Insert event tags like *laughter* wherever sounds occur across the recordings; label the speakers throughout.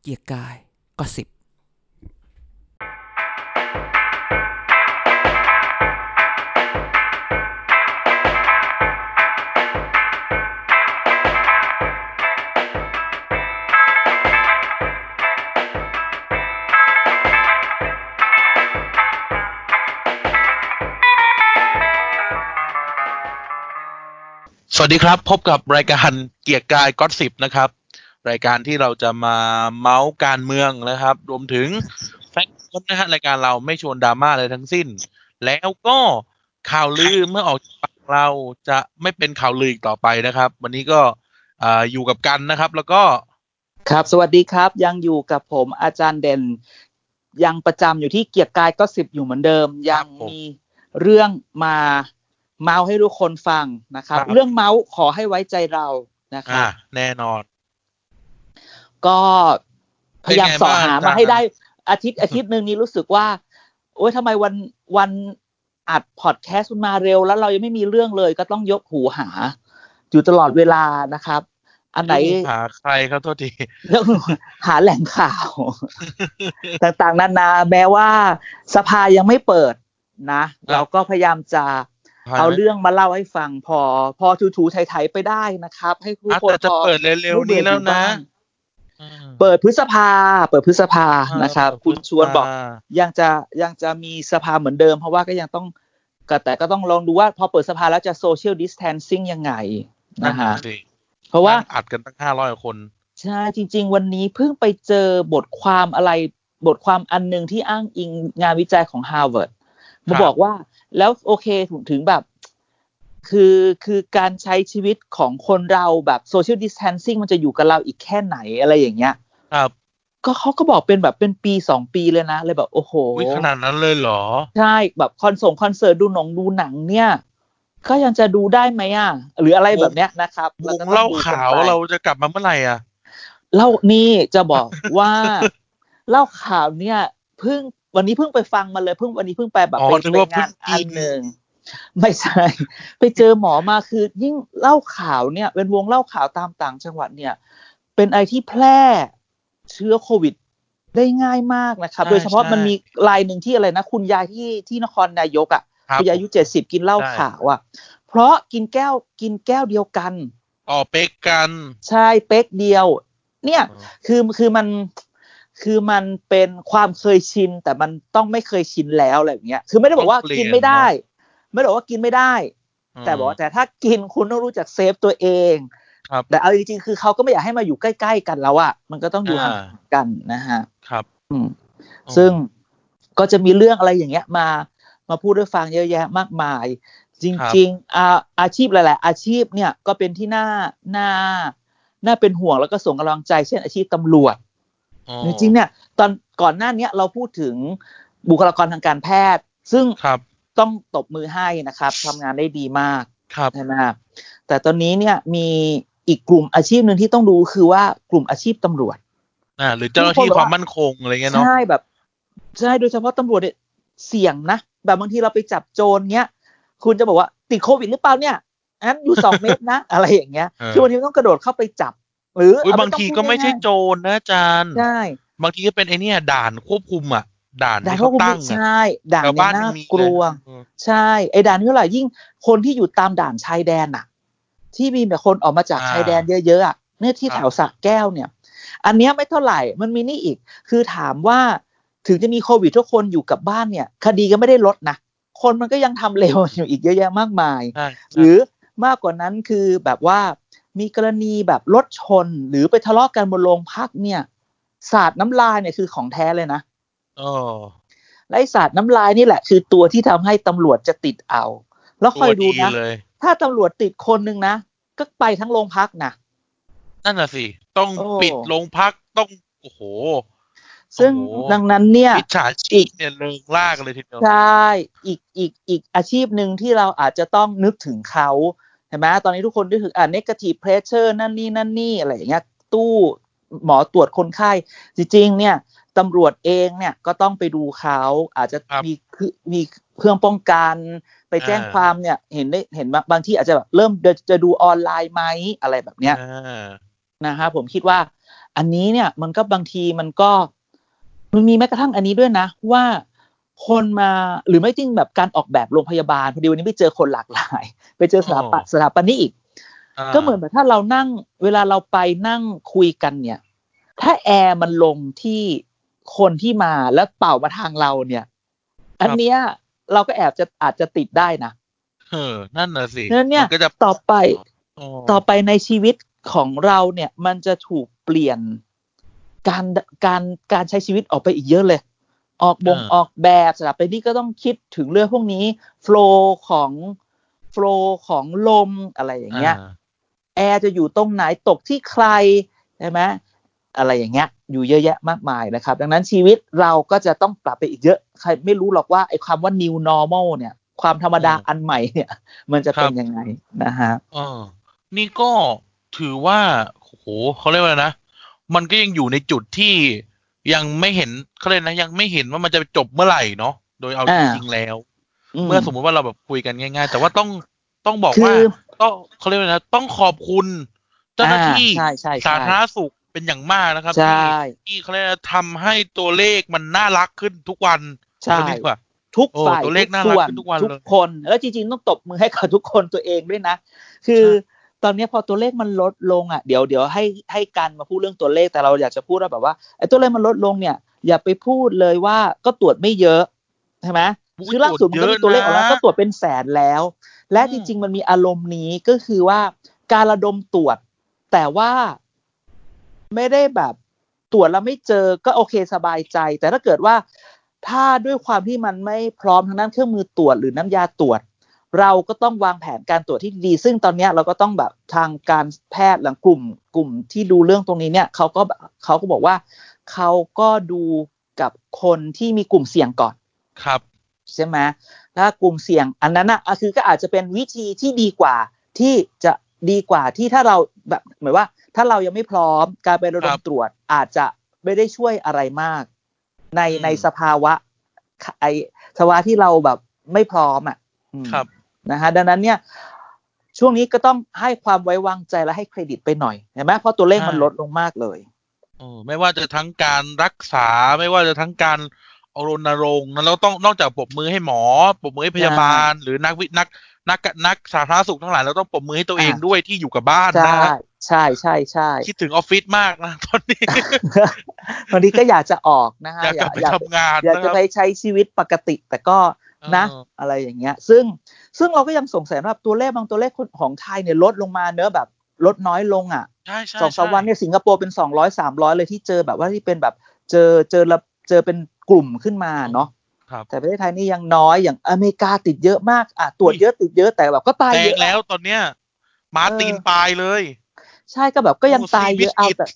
Speaker 1: เกียร์กายก็สิบ
Speaker 2: สวัสดีครับ พบกับรายการเกียร์กายก็สิบนะครับ รายการที่เราจะมาเมาส์การเมืองนะครับ รวมถึงแฟกต์นะฮะรายการเราไม่ชวนดราม่าอะไรทั้งสิ้น แล้วก็ข่าวลือเมื่อออกจากปากเราจะไม่เป็นข่าวลืออีกต่อไปนะครับ วันนี้ก็อ่าอยู่กับกันนะครับ แล้วก็
Speaker 3: ครับ สวัสดีครับ ยังอยู่กับผมอาจารย์เด่น ยังประจำอยู่ที่เกียรติกายก็สิบอยู่เหมือนเดิม ยังมีเรื่องมาเมาให้ทุกคนฟังนะครับ เรื่องเมาขอให้ไว้ใจเรานะครั
Speaker 2: อ่า
Speaker 3: บ
Speaker 2: แน่นอน
Speaker 3: ก็พยายาม
Speaker 2: เป็นไง
Speaker 3: สอหา
Speaker 2: บ้างอาจารย์
Speaker 3: มาให้ได้อาทิตย์อาทิตย์หนึ่งนี้รู้สึกว่า โอ๊ยทำไมวันวันอัดพอดแคสต์มันมาเร็ว แล้วเรายังไม่มีเรื่องเลย ก็ต้องยกหูหา อยู่ตลอดเวลานะครับ อันไหน
Speaker 2: หาใครครับโทษที
Speaker 3: เรื่องหาแหล่ง
Speaker 2: *laughs*
Speaker 3: ข่าว ต่างๆ นานาแม้ว่าสภายังไม่เปิดนะ
Speaker 2: ครับ
Speaker 3: เราก็พยายามจะเอาเรื่องมาเล่าให้ฟังพอ พอถูๆไทยๆไปได้นะครับ ให้ผู้
Speaker 2: อ่ะ
Speaker 3: คน
Speaker 2: แต่จะ
Speaker 3: พอ
Speaker 2: เปิดเร็วๆนี้แล้วนะอืม
Speaker 3: เปิดพฤษภา เปิดพฤษภานะครับ คุณชวนบอก
Speaker 2: า
Speaker 3: ยังจะยังจะมีสภาเหมือนเดิม เพราะว่าก็ยังต้องก็แต่ก็ต้องลองดูว่า พอเปิดสภาแล้วจะโซเชียลดิสแทนซิ่งยังไงนะฮะ
Speaker 2: สิ
Speaker 3: เพราะว่า
Speaker 2: อัดกันตั้งห้าร้อยคน
Speaker 3: ใช่จริง ๆ วันนี้เพิ่งไปเจอบทความอะไรบทความอันหนึ่งที่อ้างอิงงานวิจัยของ Harvard มาบอกว่าแล้วโอเคถึงถึงแบบ คือคือการใช้ชีวิตของคนเราแบบ social distancing มันจะอยู่กับเราอีกแค่ไหนอะไรอย่างเงี้ย
Speaker 2: ครับ
Speaker 3: ก็เขาก็บอกเป็นแบบเป็นปีสองปีเลยนะ เลยแบบโอ้โห
Speaker 2: อุ้ยขนาดนั้นเลยเหรอ
Speaker 3: ใช่แบบคอนส่งคอนเสิร์ตดูหนงดูหนังเนี่ย ก็ยังจะดูได้ไหมอ่ะ หรืออะไรแบบเนี้ยนะครับ
Speaker 2: ว
Speaker 3: ก็
Speaker 2: ง
Speaker 3: ต้อง
Speaker 2: เล่า
Speaker 3: ดูกัน
Speaker 2: ขาว
Speaker 3: ไป
Speaker 2: เราจะกลับมาเมื่อไหร่อ่ะ
Speaker 3: เล่านี่จะบอก ว่าเล่าข่าวเนี่ยเพิ่งวันนี้เพิ่งไปฟังมาเลยเพิ่งวันนี้เพิ่งไปแบบ
Speaker 2: อ๋อ
Speaker 3: ไป
Speaker 2: นึก
Speaker 3: ไป
Speaker 2: ว่าเพิ่
Speaker 3: งาง
Speaker 2: กิ
Speaker 3: นอั
Speaker 2: น
Speaker 3: นหนึ่งไม่ใช่ ไปเจอหมอมาคือ ยิ่งเล่าข่าวเนี่ย เป็นวงเล่าข่าวตามต่างจังหวัดเนี่ย เป็นไอที่แพร่เชื้อโควิดได้ง่ายมากนะครับ
Speaker 2: ใช่
Speaker 3: โดยเฉพาะ
Speaker 2: ใช่
Speaker 3: มันมีรายหนึ่งที่อะไรนะ คุณยายที่ที่นครนายกอ่ะ
Speaker 2: ครับ
Speaker 3: คุณยายอายุเจ็ดสิบกินเหล้า
Speaker 2: ใช่
Speaker 3: ขาวอ่ะ เพราะกินแก้วกินแก้วเดียวกัน
Speaker 2: ต่อเป๊กกัน
Speaker 3: ใช่เป๊กเดียว เนี่ย คือคือมันคือมันเป็นความเคยชิน แต่มันต้องไม่เคยชินแล้วอะไรอย่างเงี้ยคือไม่ได้บอกว่ากินไม่ได้ ไม่ได้บอกว่ากินไม่ได้ แต่บอกว่าแต่ถ้ากินคุณต้องรู้จักเซฟตัวเอง
Speaker 2: ครับ
Speaker 3: แต่เอาจริงๆคือเขาก็ไม่อยากให้มาอยู่ใกล้ๆกันแล้วอะมันก็ต้องอยู่ห่างกันนะฮะ
Speaker 2: ครับ
Speaker 3: อืมซึ่งก็จะมีเรื่องอะไรอย่างเงี้ยมามาพูดด้วยฟังเยอะแยะมากมาย จริงๆอาอาชีพหลายๆอาชีพเนี่ยก็เป็นที่น่าน่าน่าเป็นห่วงแล้วก็ส่งกำลังใจ เช่นอาชีพตำรวจ
Speaker 2: อ๋อ
Speaker 3: จริงๆเนี่ยตอนก่อนหน้าเนี้ยเราพูดถึงบุคลากรทางการแพทย์ ซึ่ง
Speaker 2: ครับ
Speaker 3: ต้องตบมือให้นะครับทำงานได้ดีมาก
Speaker 2: ครับ
Speaker 3: ใช่ไหมครับแต่ตอนนี้เนี่ยมีอีกกลุ่มอาชีพหนึ่งที่ต้องดูคือว่ากลุ่มอาชีพตำรวจ
Speaker 2: อ่าหรือเจ้าหน้าที่ความมั่นคงอะไรเงี้ยเนาะ
Speaker 3: ใช่แบบใช่โดยเฉพาะตำรวจเนี่ยเสี่ยงนะ แบบบางทีเราไปจับโจรเนี้ย คุณจะบอกว่าติดโควิดหรือเปล่าเนี่ยอันนั้นอยู่สอง เมตรนะ *laughs* อะไรอย่างเงี้ยคือบางทีต้องกระโดดเข้าไปจับ หรือ
Speaker 2: อุ้ย
Speaker 3: เอไป
Speaker 2: บางที
Speaker 3: ต้อง
Speaker 2: ก็ไม่ใช่
Speaker 3: พูด
Speaker 2: โจรนะอาจารย์
Speaker 3: ง่ายๆใช่
Speaker 2: บางทีก็เป็นไอเนี่ยด่านควบคุมอ่ะ ด่าน
Speaker 3: ด่าน
Speaker 2: ที่
Speaker 3: เขา
Speaker 2: เขา
Speaker 3: คุม
Speaker 2: ตั้ง
Speaker 3: ใช่ด่าน
Speaker 2: แต่
Speaker 3: เนี่ย
Speaker 2: บ้าน
Speaker 3: น่า
Speaker 2: มันมี
Speaker 3: กลัว
Speaker 2: เออ
Speaker 3: ใช่ไอ้ด่านนี่เท่าไหร่ยิ่งคนที่อยู่ตามด่านชายแดนน่ะ ที่มีแต่คนออกมาจากชายแดนเยอะๆอ่ะเนี่ยที่แถวสระแก้วเนี่ย อันเนี้ยไม่เท่าไหร่มันมีนี่อีก คือถามว่าถึงจะมีโควิดทุกคนอยู่กับบ้านเนี่ย คดีก็ไม่ได้ลดนะ คนมันก็ยังทำเร็วอยู่อีกเยอะแยะมากมาย
Speaker 2: ใช่
Speaker 3: หรือมากกว่านั้นคือแบบว่ามีกรณีแบบรถชนหรือไปทะเลาะกันบนโรงพักเนี่ยสาดน้ำลายเนี่ยคือของแท้เลยนะ
Speaker 2: เออ
Speaker 3: ไร้สาดน้ำลายนี่แหละ คือตัวที่ทำให้ตำรวจจะติดเอา แล้วคอยดู
Speaker 2: ตัว
Speaker 3: นะ
Speaker 2: เลย
Speaker 3: ถ้าตำรวจติดคนหนึ่งนะ ก็ไปทั้งโรงพักนะ
Speaker 2: นั่นน่ะสิ ต้อง
Speaker 3: โอ้
Speaker 2: ปิดโรงพักต้องโอ้โห
Speaker 3: ซึ่ง
Speaker 2: โอ้โห
Speaker 3: ดังนั้นเนี่ย
Speaker 2: มิจฉาชีพเนี่ยเลิงลากเลยทีเดียว
Speaker 3: ใช่ อีกอีกอีกอาชีพหนึ่งที่เราอาจจะต้องนึกถึงเขาเห็นไหมตอนนี้ทุกคนนึกถึงอ่า negative pressure นั่นนี่นั่นนี่อะไรอย่างเงี้ย ตู้หมอตรวจคนไข้ จริงๆ เนี่ยตำรวจเองเนี่ยก็ต้องไปดูเขาอาจจะ
Speaker 2: ครับ
Speaker 3: มีคือมีเครื่องป้องกัน ไปแจ้ง
Speaker 2: อ่า
Speaker 3: ความเนี่ยเห็นได้เห็นว่าบางที่อาจจะแบบเริ่มจะจะดูออนไลน์ไหมอะไรแบบเนี้ย
Speaker 2: อ่า
Speaker 3: นะฮะผมคิดว่า อันนี้เนี่ยมันก็บางทีมันก็มันมีแม้กระทั่งอันนี้ด้วยนะ ว่าคนมาหรือไม่จริงแบบการออกแบบโรงพยาบาลพอดีวันนี้ไปเจอคนหลากหลาย ไปเจอสถาปัตย์สถาปนิกอีก
Speaker 2: า
Speaker 3: ก็เหมือนแบบถ้าเรานั่งเวลาเราไปนั่งคุยกันเนี่ย ถ้าแอร์มันลงที่คนที่มาแล้วเป่ามาทางเราเนี่ย อันเนี้ยเราก็แอบจะอาจจะติดได้นะ
Speaker 2: เออนั่นน่ะสิ
Speaker 3: นั่นเนี่ย
Speaker 2: มัก็จะ
Speaker 3: ต่อไป
Speaker 2: อ๋อ
Speaker 3: ต่อไปในชีวิตของเราเนี่ย มันจะถูกเปลี่ยนการการการใช้ชีวิตออกไปอีกเยอะเลย ออกบงออกแบบสำหรับไปนี่ก็ต้องคิดถึงเรื่องพวกนี้โฟล์ของโฟล์ของลมอะไรอย่างเงี้ย
Speaker 2: อ่า
Speaker 3: แอร์จะอยู่ตรงไหนตกที่ใครใช่ไหมอะไรอย่างเงี้ย อยู่เยอะแยะมากมายนะครับ ดังนั้นชีวิตเราก็จะต้องปรับไปอีกเยอะ ใครไม่รู้หรอกว่าไอ้ความว่า new normal เนี่ย ความธรรมดาอันใหม่เนี่ย มันจะเป็นยังไงนะฮะ
Speaker 2: เออนี่ก็ถือว่าโอ้โหเขาเรียกว่าอะไรนะ มันก็ยังอยู่ในจุดที่ยังไม่เห็นเขาเรียกนะยังไม่เห็นว่ามันจะจบเมื่อไหร่เนาะโดยเอาจ
Speaker 3: อ่า
Speaker 2: ริงๆแล้ว เมื่อสมมุติว่าเราแบบคุยกันง่าย ๆ แต่ว่าต้องต้องบอก
Speaker 3: คื
Speaker 2: ว่า
Speaker 3: อ
Speaker 2: ต้องเขาเรียกว่าอะไรนะต้องขอบคุณ เจ้าหน้าที่
Speaker 3: อ่ใช่ใช่
Speaker 2: สา
Speaker 3: ใช่
Speaker 2: ธารณสุขเป็นอย่างมากนะครับ
Speaker 3: ใช่
Speaker 2: ที่ที่เขาเรียกว่าทำให้ตัวเลขมันน่ารักขึ้นทุกวัน
Speaker 3: ใช่
Speaker 2: เอาดีกว่า
Speaker 3: ทุก
Speaker 2: โอ้
Speaker 3: ฝ่าย
Speaker 2: ตัวเลขน่ารักขึ้นทุกวัน
Speaker 3: ทุก
Speaker 2: เลย
Speaker 3: คน แล้วจริงๆ ต้องตบมือให้กับทุกคนตัวเองด้วยนะ คือ
Speaker 2: ใช่
Speaker 3: ตอนเนี้ยพอตัวเลขมันลดลงอ่ะเดี๋ยวเดี๋ยวให้ให้การมาพูดเรื่องตัวเลขแต่เราอยากจะพูดว่าแบบว่าไอ้ตัวเลขมันลดลงเนี่ย อย่าไปพูดเลยว่าก็ตรวจไม่เยอะใช่ไหมคือล่าสุดมันก็มีตัวเลขออกมาก็ตรวจเป็นแสนแล้ว และ
Speaker 2: อืม
Speaker 3: จริง ๆ มันมีอารมณ์นี้ก็คือว่าการระดมตรวจ แต่ว่าไม่ได้แบบตรวจแล้วไม่เจอก็โอเคสบายใจ แต่ถ้าเกิดว่าถ้าด้วยความที่มันไม่พร้อมทางด้านเครื่องมือตรวจหรือน้ำยาตรวจ เราก็ต้องวางแผนการตรวจที่ดี ซึ่งตอนเนี้ยเราก็ต้องแบบทางการแพทย์หลังกลุ่มกลุ่มที่ดูเรื่องตรงนี้เนี่ยเขาก็แบบเขาก็บอกว่าเขาก็ดูกับคนที่มีกลุ่มเสี่ยงก่อน
Speaker 2: ครับ
Speaker 3: ใช่ไหมถ้ากลุ่มเสี่ยงอันนั้นน่ะอ่ะคือก็อาจจะเป็นวิธีที่ดีกว่าที่จะดีกว่าที่ถ้าเราแบบเหมือนว่า ถ้าเรายังไม่พร้อมการไประ
Speaker 2: ค
Speaker 3: ด
Speaker 2: รั
Speaker 3: ม
Speaker 2: บ
Speaker 3: ตรวจอาจจะไม่ได้ช่วยอะไรมาก ใน
Speaker 2: อืม
Speaker 3: ในสภาวะไอสภาวะที่เราแบบไม่พร้อมอ่ะอืม
Speaker 2: ครับ
Speaker 3: นะฮะดังนั้นเนี่ยช่วงนี้ก็ต้องให้ความไว้วางใจและให้เครดิตไปหน่อยเห็นไหมเพราะตัวเลขมัน
Speaker 2: ใช่
Speaker 3: ลดลงมากเลย
Speaker 2: เออไม่ว่าจะทั้งการรักษาไม่ว่าจะทั้งการรณรงค์นะแล้วต้องนอกจากปรบมือให้หมอปรบมือให้พยาบาล หรือนักวินักนักนักสาธารณสุขทั้งหลายเราต้องปรบมือให้ตัวเอง
Speaker 3: อ่า
Speaker 2: ด้วยที่อยู่กับบ้าน
Speaker 3: ใช่
Speaker 2: นะฮะ
Speaker 3: ใช่ใช่ใช่ *laughs*
Speaker 2: คิดถึงออฟฟิศมากนะ *laughs* ตอนนี้
Speaker 3: วันนี้ก็อยากจะออกนะฮะ
Speaker 2: อยากกลับไป
Speaker 3: อยาก
Speaker 2: ทำงาน
Speaker 3: อยาก
Speaker 2: นะค
Speaker 3: จะ
Speaker 2: รับ
Speaker 3: ไปใช้ชีวิตปกติแต่ก็นะ
Speaker 2: เอออ
Speaker 3: อะไรอย่างเงี้ย ซึ่งซึ่งเราก็ยังสงสัยว่าตัวเลขบางตัวเลขของไทยเนี่ยลดลงมาเนอะแบบลดน้อยลงอ่ะ
Speaker 2: ใช่ใช่
Speaker 3: สองสาม
Speaker 2: ใช่
Speaker 3: วันเนี่ยสิงคโปร์เป็นสองร้อยสามร้อยเลยที่เจอแบบว่าที่เป็นแบบเจอเจอละเจอเป็นกลุ่มขึ้นมาเนาะ
Speaker 2: ครับ
Speaker 3: แต่ประเทศไทยนี่ยังน้อยอย่างอเมริกาติดเยอะมากอ่ะตรวจเยอะติดเยอะแต่แบบก็ตาย
Speaker 2: แต
Speaker 3: เย
Speaker 2: ง
Speaker 3: อะ
Speaker 2: แล้วตอนเนี้ยหมา
Speaker 3: เออ
Speaker 2: ตีนปลายเลย
Speaker 3: ใช่ก็แบบก็ยัง
Speaker 2: โอ้
Speaker 3: ตายเยอะเอา
Speaker 2: ซีวิส
Speaker 3: แต่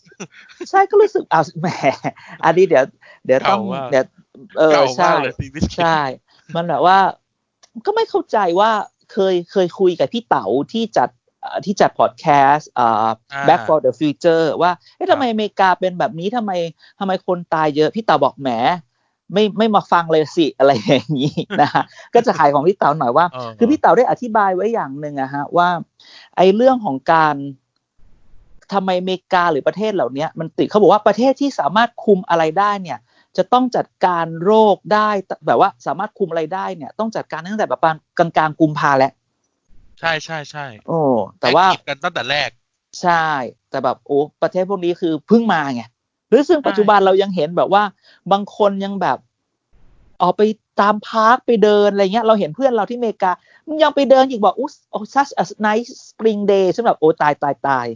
Speaker 3: ใช่ก็รู้สึกอ้าวแหมอันนี้เดี๋ยว เดี๋ยวต้อง
Speaker 2: เก่ามาก
Speaker 3: เดี๋ยวเออ
Speaker 2: เก่า
Speaker 3: ใช่
Speaker 2: มากเลยซีวิส
Speaker 3: ใช่ มันแบบว่า ก็ไม่เข้าใจว่าเคยเคยคุยกับพี่เต๋าที่จัดเอ่อที่จัดพอดแคสต์เอ่อ
Speaker 2: อ่า
Speaker 3: Back for the Future ว่าเอ๊ะ
Speaker 2: ครับ
Speaker 3: ทำไมอเมริกาเป็นแบบนี้ทำไมทำไมคนตายเยอะพี่เต๋าบอกแหมไม่ไม่มาฟังเลยสิ อะไรอย่างนี้นะฮะ ก็จะขายของพี่เต๋าหน่อยว่า
Speaker 2: เ
Speaker 3: คือพี่เต๋าได้อธิบายไว้อย่างหนึ่งอะฮะว่า ไอ้เรื่องของการทำไมอเมริกาหรือประเทศเหล่าเนี้ย มันติดเขาบอกว่าประเทศที่สามารถคุมอะไรได้เนี่ย จะต้องจัดการโรคได้แบบว่าสามารถคุมอะไรได้เนี่ย ต้องจัดการตั้งแต่ประมาณกลางกลางๆกุมภาแล้ว
Speaker 2: ใช่ใช่ใช่
Speaker 3: โอ้แต่ว่า
Speaker 2: อคทีฟกันตั้งแต่แรก
Speaker 3: ใช่ แต่แบบโอ้ประเทศพวกนี้คือเพิ่งมาไงหรือซึ่ง
Speaker 2: ใช่
Speaker 3: ปัจจุบันเรายังเห็นแบบว่า บางคนยังแบบออกไปตามพาร์คไปเดินอะไรเงี้ย เราเห็นเพื่อนเราที่อเมริกามันยังไปเดินอีกบอกอุ๊ย oh, such a nice spring day สำหรับโอ้ตายตายตาย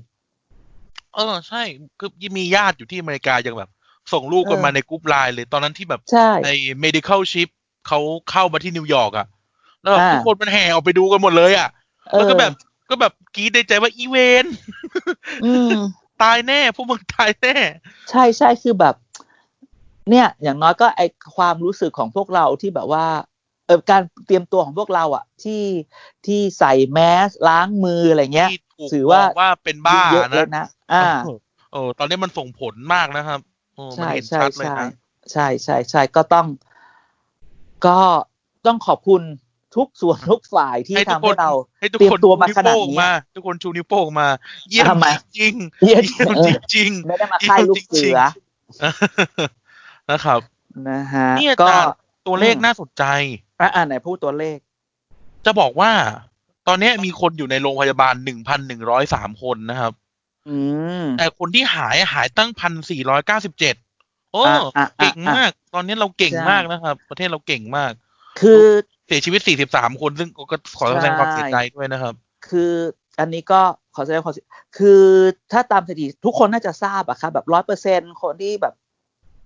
Speaker 2: เออใช่คือมีญาติอยู่ที่อเมริกายังแบบ ส่งลูกกัน
Speaker 3: เออ
Speaker 2: มาในกรุ๊ปไลน์เลยตอนนั้นที่แบบ
Speaker 3: ใช่
Speaker 2: ใน medical ship เขาเข้ามาที่นิวยอร์กอ่ะ แล้วแบบ
Speaker 3: อ่า
Speaker 2: ทุกคนมันแห่ออกไปดูกันหมดเลยอ่ะ
Speaker 3: เอ
Speaker 2: แล้ว
Speaker 3: อ
Speaker 2: ก็แบบก็แบบกรีดในใจว่าอีเวน
Speaker 3: อืม
Speaker 2: ตายแน่ พวกมึงตายแน่
Speaker 3: ใช่ใช่คือแบบ เนี่ย อย่างน้อยก็ไอความรู้สึกของพวกเราที่แบบว่าเออการเตรียมตัวของพวกเราอะที่ที่ใส่แมสล้างมืออะไรเงี้ย
Speaker 2: ที่ถูก
Speaker 3: ถือว่า
Speaker 2: มงว่าเป็นบ้า
Speaker 3: เยอะเลย
Speaker 2: นะ
Speaker 3: นะอ่า
Speaker 2: เออเออ ตอนนี้มันส่งผลมากนะครับโอ้มัน
Speaker 3: ใช่
Speaker 2: เห็น
Speaker 3: ใช่
Speaker 2: ชัดเลย
Speaker 3: ใช่
Speaker 2: นะ
Speaker 3: ใช่ใช่ใช่ก็ต้อง ก็ต้องขอบคุณ ทุกส่วนทุกฝ่ายที่
Speaker 2: ให้ทุกค
Speaker 3: ทำให้
Speaker 2: น
Speaker 3: เรา
Speaker 2: ให้ทุก
Speaker 3: เตรีย
Speaker 2: ค
Speaker 3: ม
Speaker 2: น
Speaker 3: ตัวมาขนาดนี้
Speaker 2: ชูวโป้งมาทุกคนชูนิ้วโป้งมา เยี่ยม
Speaker 3: ทำไม
Speaker 2: จริง
Speaker 3: เย็น
Speaker 2: เยี่ยม
Speaker 3: เออ
Speaker 2: จริง
Speaker 3: ไม่ได้มาค่ายลูกเสือ
Speaker 2: ๆ *laughs* นะครับ
Speaker 3: นะฮะ
Speaker 2: นี่อา
Speaker 3: ก็
Speaker 2: จารย์ตัวเลขน่าสนใจ
Speaker 3: อ่ะอ่านไหนพูดตัวเลข
Speaker 2: จะบอกว่า ตอนนี้มีคนอยู่ในโรงพยาบาลหนึ่งพันหนึ่งร้อยสามคนนะครับ
Speaker 3: อืม
Speaker 2: แต่คนที่หายหายตั้งพันสี่ร้อยเก้าสิบเจ็ดโอ้
Speaker 3: อ่ะอ่ะ
Speaker 2: เก่ง
Speaker 3: อ่ะ
Speaker 2: มาก ตอนนี้เราเก่งมากนะครับ ประเทศเราเก่งมาก
Speaker 3: คือ
Speaker 2: เสียชีวิต 43 คน ซึ่งก็ขอแสดงความเสียใจด้วยนะครับ
Speaker 3: คืออันนี้ก็ขอแสดงความเสียคือถ้าตามสถิติทุกคนน่าจะทราบอะครับแบบร้อยเปอร์เซ็นคนที่แบบ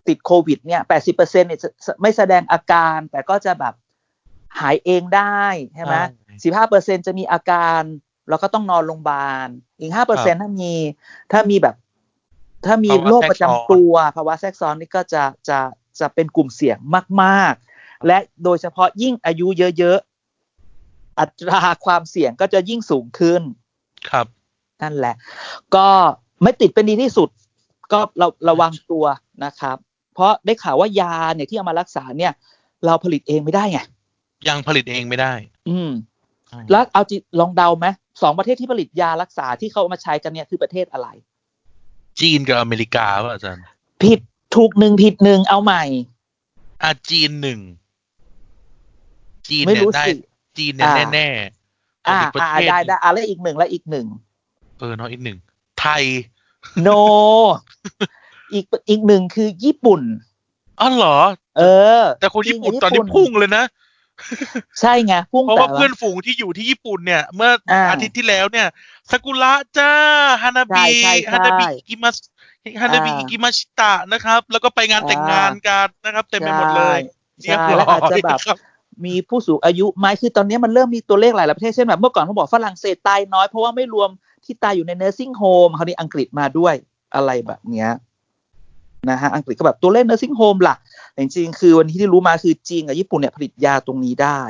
Speaker 3: ติดโควิด เนี่ยแปดสิบเปอร์เซ็นเนี่ยจะไม่แสดงอาการ แต่ก็จะแบบหายเองได้ใช่ไหม สิบห้าเปอร์เซ็นจะมีอาการแล้วก็ต้องนอนโรงพยาบาล อีกห้าเปอร์เซ็นถ้ามีถ้ามีแบบ ถ้ามี
Speaker 2: ภาวะ
Speaker 3: โรคประ
Speaker 2: แทร
Speaker 3: จำ
Speaker 2: กซ้อน
Speaker 3: ตัวภาวะแทรกซ้อนนี่ก็จะจะจะเป็นกลุ่มเสี่ยงมาก ๆ และโดยเฉพาะยิ่งอายุเยอะ ๆ อัตราความเสี่ยงก็จะยิ่งสูงขึ้น
Speaker 2: ครับ
Speaker 3: นั่นแหละ ก็ไม่ติดเป็นดีที่สุด ก็เราระวังตัวนะครับ เพราะได้ข่าวว่ายาเนี่ยที่เอามารักษาเนี่ย เราผลิตเองไม่ได้ไง
Speaker 2: ยังผลิตเองไม่ได้
Speaker 3: อืม แล้วเอาจิลองเดาไหมสองประเทศที่ผลิตยารักษาที่เขาเอามาใช้กันเนี่ยคือประเทศอะไร
Speaker 2: จีนกับอเมริกาป่ะอาจารย์
Speaker 3: ผิดถูกหนึ่งผิดหนึ่งเอาใหม่
Speaker 2: อ่ะจีนหนึ่ง จีน
Speaker 3: ไม่
Speaker 2: เนี่ย
Speaker 3: รู้
Speaker 2: ได้
Speaker 3: สิ
Speaker 2: จีนเนี่ย
Speaker 3: อ่า
Speaker 2: แน่ๆ
Speaker 3: อ่า
Speaker 2: อีกประ
Speaker 3: อ่า
Speaker 2: เทศ
Speaker 3: ได้ได้อะไรอีกหนึ่งและอีก
Speaker 2: *laughs*
Speaker 3: หนึ่ง
Speaker 2: เออเนาะอีกหนึ่ง ไทย
Speaker 3: โน อีกอีกหนึ่งคือญี่ปุ่น
Speaker 2: อ๋อเหรอ
Speaker 3: เออ
Speaker 2: แต่คนญี่ปุ่น
Speaker 3: จี
Speaker 2: ตอนนี้
Speaker 3: ญี่
Speaker 2: พุ่งเลยนะ
Speaker 3: ใช่ไงพุ่ง
Speaker 2: เพราะว่า
Speaker 3: แต่
Speaker 2: เพื่อนฝูงที่อยู่ที่ญี่ปุ่นเนี่ย เมื่อ
Speaker 3: อ่า
Speaker 2: อาทิตย์ที่แล้วเนี่ยซากุระจ้าฮานา
Speaker 3: ใช่
Speaker 2: บิ
Speaker 3: ใช่ใช่
Speaker 2: ฮานาบิอิกิมัสฮานาบิ
Speaker 3: อ่า
Speaker 2: อิกิมาชิตะนะครับ แล้วก็ไปงานแต่งงานกันนะครับเต็มไปหมดเลย
Speaker 3: ใช่ใช่แล้วอาจจะแบบมีผู้สูงอายุไหมคือตอนนี้มันเริ่มมีตัวเลขหลายๆประเทศเช่นแบบเมื่อก่อนเขาบอกฝรั่งเศสตายน้อยเพราะว่าไม่รวมที่ตายอยู่ใน nursing home คราวนี้อังกฤษมาด้วยอะไรแบบเนี้ยนะฮะอังกฤษก็แบบตัวเลข nursing home ล่ะแต่จริงๆคือวันที่ที่รู้มาคือจีนกับญี่ปุ่นเนี่ยผลิตยาตรงนี้ได้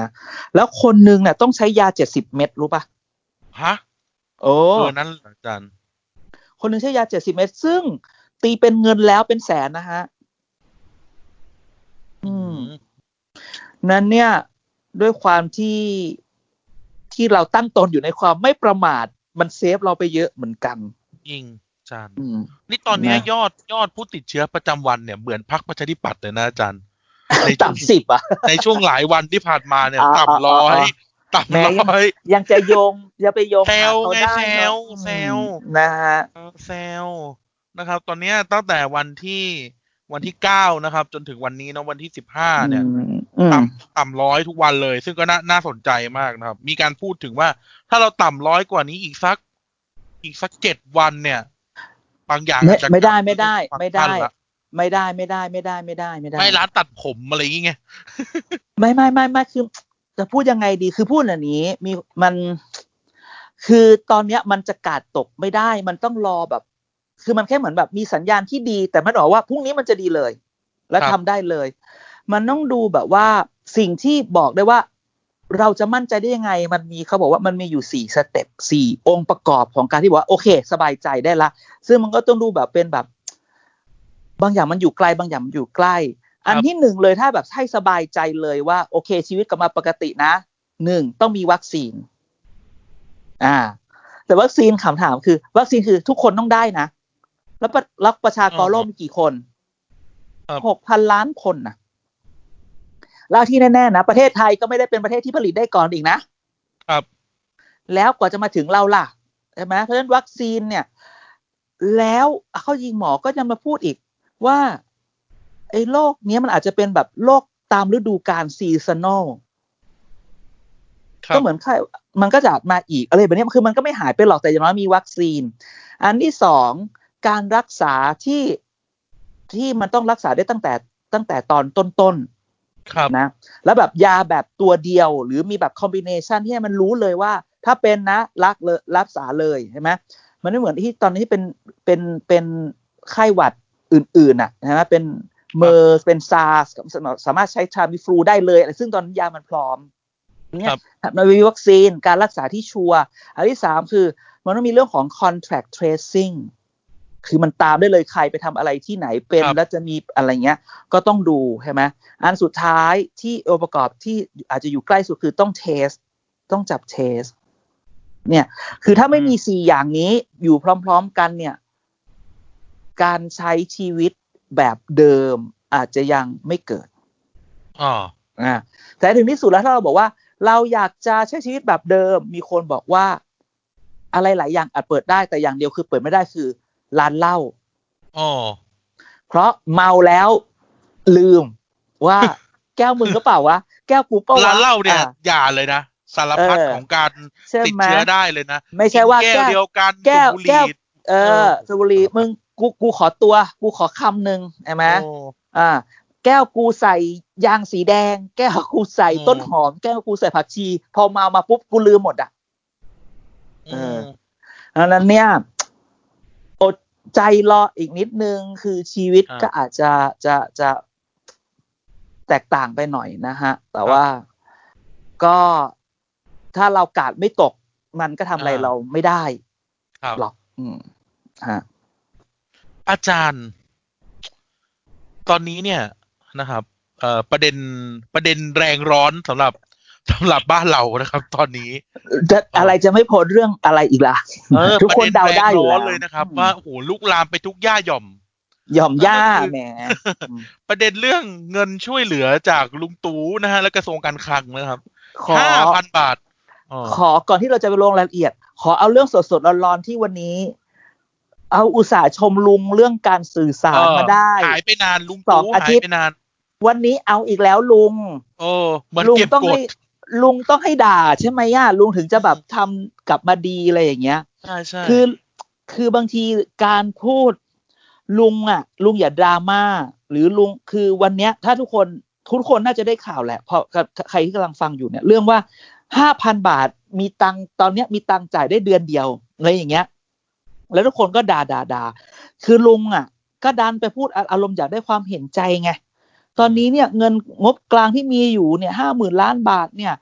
Speaker 3: นะแล้วคนหนึงเนี่ยต้องใช้ยาเจ็ดสิบเม็ดรู้ปะ
Speaker 2: ฮะ
Speaker 3: โอ้
Speaker 2: เออนั้นเหรออาจารย์
Speaker 3: คนหนึงใช้ยาเจ็ดสิบเม็ดซึ่งตีเป็นเงินแล้วเป็นแสนนะฮะอืม นั้นเนี่ยด้วยความที่ที่เราตั้งตนอยู่ในความไม่ประมาท มันเซฟเราไปเยอะเหมือนกัน
Speaker 2: ยิงอาจารย์
Speaker 3: อืม
Speaker 2: นี่ตอนเนี้ย
Speaker 3: นะ
Speaker 2: ยอดยอดผู้ติดเชื้อประจำวันเนี่ยเหมือนพักประชาธิปัตย์เลยนะอาจารย์ ในช่วง
Speaker 3: ต่ำสิบอ่ะ *laughs*
Speaker 2: ในช่วงหลายวันที่ผ่านมาเนี่ย
Speaker 3: อ่า
Speaker 2: ต่ำร้อย
Speaker 3: อ่าอ่
Speaker 2: ต่ำ
Speaker 3: แม้ยัง
Speaker 2: ร้อย
Speaker 3: ยังจะโยงอย่าไปโยง
Speaker 2: แซว
Speaker 3: หาเขา
Speaker 2: ไง
Speaker 3: ได้
Speaker 2: แซวแซ
Speaker 3: เนอะ
Speaker 2: ว
Speaker 3: อืมนะฮะ
Speaker 2: เออแซลนะครับ ตอนเนี้ยตั้งแต่วันที่วันที่เก้านะครับ จนถึงวันนี้เนอะวันที่สิบห้าเนี่ย
Speaker 3: อืม
Speaker 2: ต่ำต่ำร้อยทุกวันเลย ซึ่งก็น่าน่าสนใจมากนะครับ มีการพูดถึงว่า ถ้าเราต่ำร้อยกว่านี้อีกสัก อีกสักเจ็ดวันเนี่ย บางอย่าง
Speaker 3: ไม่
Speaker 2: อาจจะ
Speaker 3: ไม่ได้ไม่ได้ไม่ได้
Speaker 2: ฟังก์ชันละ
Speaker 3: ไม่ได้ไม่ได้ไม่ได้ไม่ได้ไม่ได้
Speaker 2: ไม่ร้านตัดผมอะไรอย่างเงี้ย
Speaker 3: ไม่ไม่ไม่ไม่คือจะพูดยังไงดีคือพูดอันนี้มีมัน คือตอนเนี้ยมันจะกาดตกไม่ได้มันต้องรอแบบ คือมันแค่เหมือนแบบมีสัญญาณที่ดี แต่ไม่ได้บอกว่าพรุ่งนี้มันจะดีเลย และทำได้เลย มันต้องดูแบบว่าสิ่งที่บอกได้ว่า เราจะมั่นใจได้ยังไง มันมีเขาบอกว่ามันมีอยู่สี่สเต็ปสี่องค์ประกอบของการที่บอกว่าโอเค สบายใจได้ละ ซึ่งมันก็ต้องดูแบบเป็นแบบ บางอย่างมันอยู่ไกลบางอย่างมันอยู่ใกล้ อันที่หนึ่งเลยถ้าแบบให้สบายใจเลยว่า โอเค ชีวิตกลับมาปกตินะหนึ่งต้องมีวัคซีน อ่า แต่วัคซีนคำถามคือ วัคซีนคือทุกคนต้องได้นะ แล้วประแล้วประชากรโลกมีกี่คนหกพันล้านคนนะแล้วที่แน่ๆนะประเทศไทยก็ไม่ได้เป็นประเทศที่ผลิตได้ก่อนอีกนะ
Speaker 2: ครับ
Speaker 3: แล้วกว่าจะมาถึงเราล่ะใช่ไหมเพราะฉะนั้นวัคซีนเนี่ย แล้วเขายิงหมอก็จะมาพูดอีกว่าไอ้โรคเนี้ยมันอาจจะเป็นแบบโรคตามฤดูกาลซีซันอล
Speaker 2: ครับ
Speaker 3: ก็เหมือนไข้มันก็จะมาอีกอะไรแบบเนี้ยคือมันก็ไม่หายไปหรอกแต่อย่างน้อยมีวัคซีน อันที่สองการรักษาที่ที่มันต้องรักษาได้ตั้งแต่ตั้งแต่ตอนต้นๆ
Speaker 2: ครับ
Speaker 3: นะแล้วแบบยาแบบตัวเดียวหรือมีแบบคอมบิเนชันที่ให้มันรู้เลยว่า ถ้าเป็นนะรักเลยรักษาเลยใช่ไหมมันไม่เหมือนที่ตอนนี้เป็นเป็นเป็นไข้หวัดอื่นๆน่ะใช่ไหมเป็นเมอร์เป็นซาร์สสามารถใช้ชามิฟลูได้เลยอะไรซึ่งตอนนี้ยามันพร้อมเนี่
Speaker 2: ครั
Speaker 3: ย
Speaker 2: บ
Speaker 3: มันมีวัคซีนการรักษาที่ชัวร์อันที่สามคือ มันต้องมีเรื่องของ contract tracing คือมันตามได้เลยใครไปทำอะไรที่ไหนเป็น
Speaker 2: ครับ
Speaker 3: แล้วจะมีอะไรเงี้ย ก็ต้องดูใช่ไหมอันสุดท้ายที่องค์ประกอบที่อาจจะอยู่ใกล้สุดคือต้องเทส ต้องจับเทส เนี่ย คือถ้าไม่มีสี่อย่างนี้อยู่พร้อมๆกันเนี่ย การใช้ชีวิตแบบเดิมอาจจะยังไม่เกิด
Speaker 2: อ๋อ
Speaker 3: อ่าแต่ถึงที่สุดแล้วถ้าเราบอกว่า เราอยากจะใช้ชีวิตแบบเดิม มีคนบอกว่า อะไรหลายอย่างอาจเปิดได้แต่อย่างเดียวคือเปิดไม่ได้คือร้านเหล้า
Speaker 2: อ๋อ
Speaker 3: เพราะเมาแล้วลืมว่า *laughs* แก้วมึงก็เปล่าวะแก้วกูเปล่าวะ
Speaker 2: ร้านเหล้าเนี่ย
Speaker 3: อ่
Speaker 2: อย่าเลยนะ สารพัด
Speaker 3: เออ
Speaker 2: ของการ
Speaker 3: ใช่
Speaker 2: ติด
Speaker 3: ไหม
Speaker 2: เชื้อได้เลยนะ
Speaker 3: ไม่ใช่ว่า
Speaker 2: กิน
Speaker 3: แก้
Speaker 2: แก้วเดียว วกันสูบบุห
Speaker 3: แก้วแก้
Speaker 2: รี่
Speaker 3: ว เออ
Speaker 2: เออ
Speaker 3: สุบุหรีมึงกูกูขอตัว กูขอคำหนึ่งใช่ไหม
Speaker 2: โอ้
Speaker 3: อ่า แก้วกูใส่ยางสีแดง แก้วกูใส่
Speaker 2: อืม
Speaker 3: ต้นหอม แก้วกูใส่ผักชี พอเมามาปุ๊บกูลืมหมดอ่ะ เออ ดังนั้นเนี่ยอดใจรออีกนิดนึง คือชีวิต
Speaker 2: อ่า
Speaker 3: ก็อาจจะจะจะแตกต่างไปหน่อยนะฮะ แต่ว่าก็ถ้าเรากาดไม่ตก มันก็ทำอะไร
Speaker 2: อ่า
Speaker 3: เราไม่ได้
Speaker 2: ครับ
Speaker 3: หรอก อืมฮะ
Speaker 2: อาจารย์ ตอนนี้เนี่ยนะครับเอ่อประเด็นประเด็นแรงร้อนสำหรับสำหรับบ้านเรานะครับ ตอนนี้
Speaker 3: จะอะไรจะไม่พ้นเรื่องอะไรอีกล่ะ
Speaker 2: เออ
Speaker 3: ทุกคนเดา
Speaker 2: ประ
Speaker 3: ได้
Speaker 2: แรง
Speaker 3: อยู่
Speaker 2: ร้อน
Speaker 3: แล้ว
Speaker 2: เลยนะครับ ว่าโอ้โหลุกลามไปทุกย่าหย่อม
Speaker 3: หย่อมย่า
Speaker 2: ก็คือ
Speaker 3: แหมอืม
Speaker 2: ประเด็นเรื่องเงินช่วยเหลือจากลุงตู่นะฮะ และกระทรวงการคลังนะครับ
Speaker 3: ขอ
Speaker 2: ห้าพันบาทอ๋อ
Speaker 3: ขอก่อนที่เราจะไปลงรายละเอียด ขอเอาเรื่องสดๆร้อนๆที่วันนี้ เอาอุตสาห์ชมลุงเรื่องการสื่อสารมาได้
Speaker 2: หายไปนานลุง
Speaker 3: สอ
Speaker 2: ตู่
Speaker 3: งอา
Speaker 2: หา
Speaker 3: ทิ
Speaker 2: ย
Speaker 3: ตย์
Speaker 2: ไปนาน
Speaker 3: วันนี้เอาอีกแล้วลุง
Speaker 2: โอ้เหมือน
Speaker 3: ลุง
Speaker 2: เก็บ
Speaker 3: ต้อง
Speaker 2: กด
Speaker 3: ให้ลุงต้องให้ด่าใช่ไหมย่าลุงถึงจะแบบทำกลับมาดีอะไรอย่างเงี้ย
Speaker 2: ใช่ใช่
Speaker 3: คือคือบางทีการพูดลุงอ่ะ ลุงอย่าดราม่าหรือลุงคือวันเนี้ย ถ้าทุกคนทุกคนน่าจะได้ข่าวแหละเพราะใครที่กำลังฟังอยู่เนี่ย เรื่องว่าห้าพันบาทมีตังค์ตอนเนี้ยมีตังค์จ่ายได้เดือนเดียวอะไรอย่างเงี้ย แล้วทุกคนก็ด่าด่าด่าคือลุงอ่ะ ก็ดันไปพูดออารมณ์อยากได้ความเห็นใจไงตอนนี้เนี่ยเงินงบกลางที่มีอยู่เนี่ยห้าหมื่นล้านบาทเนี่ย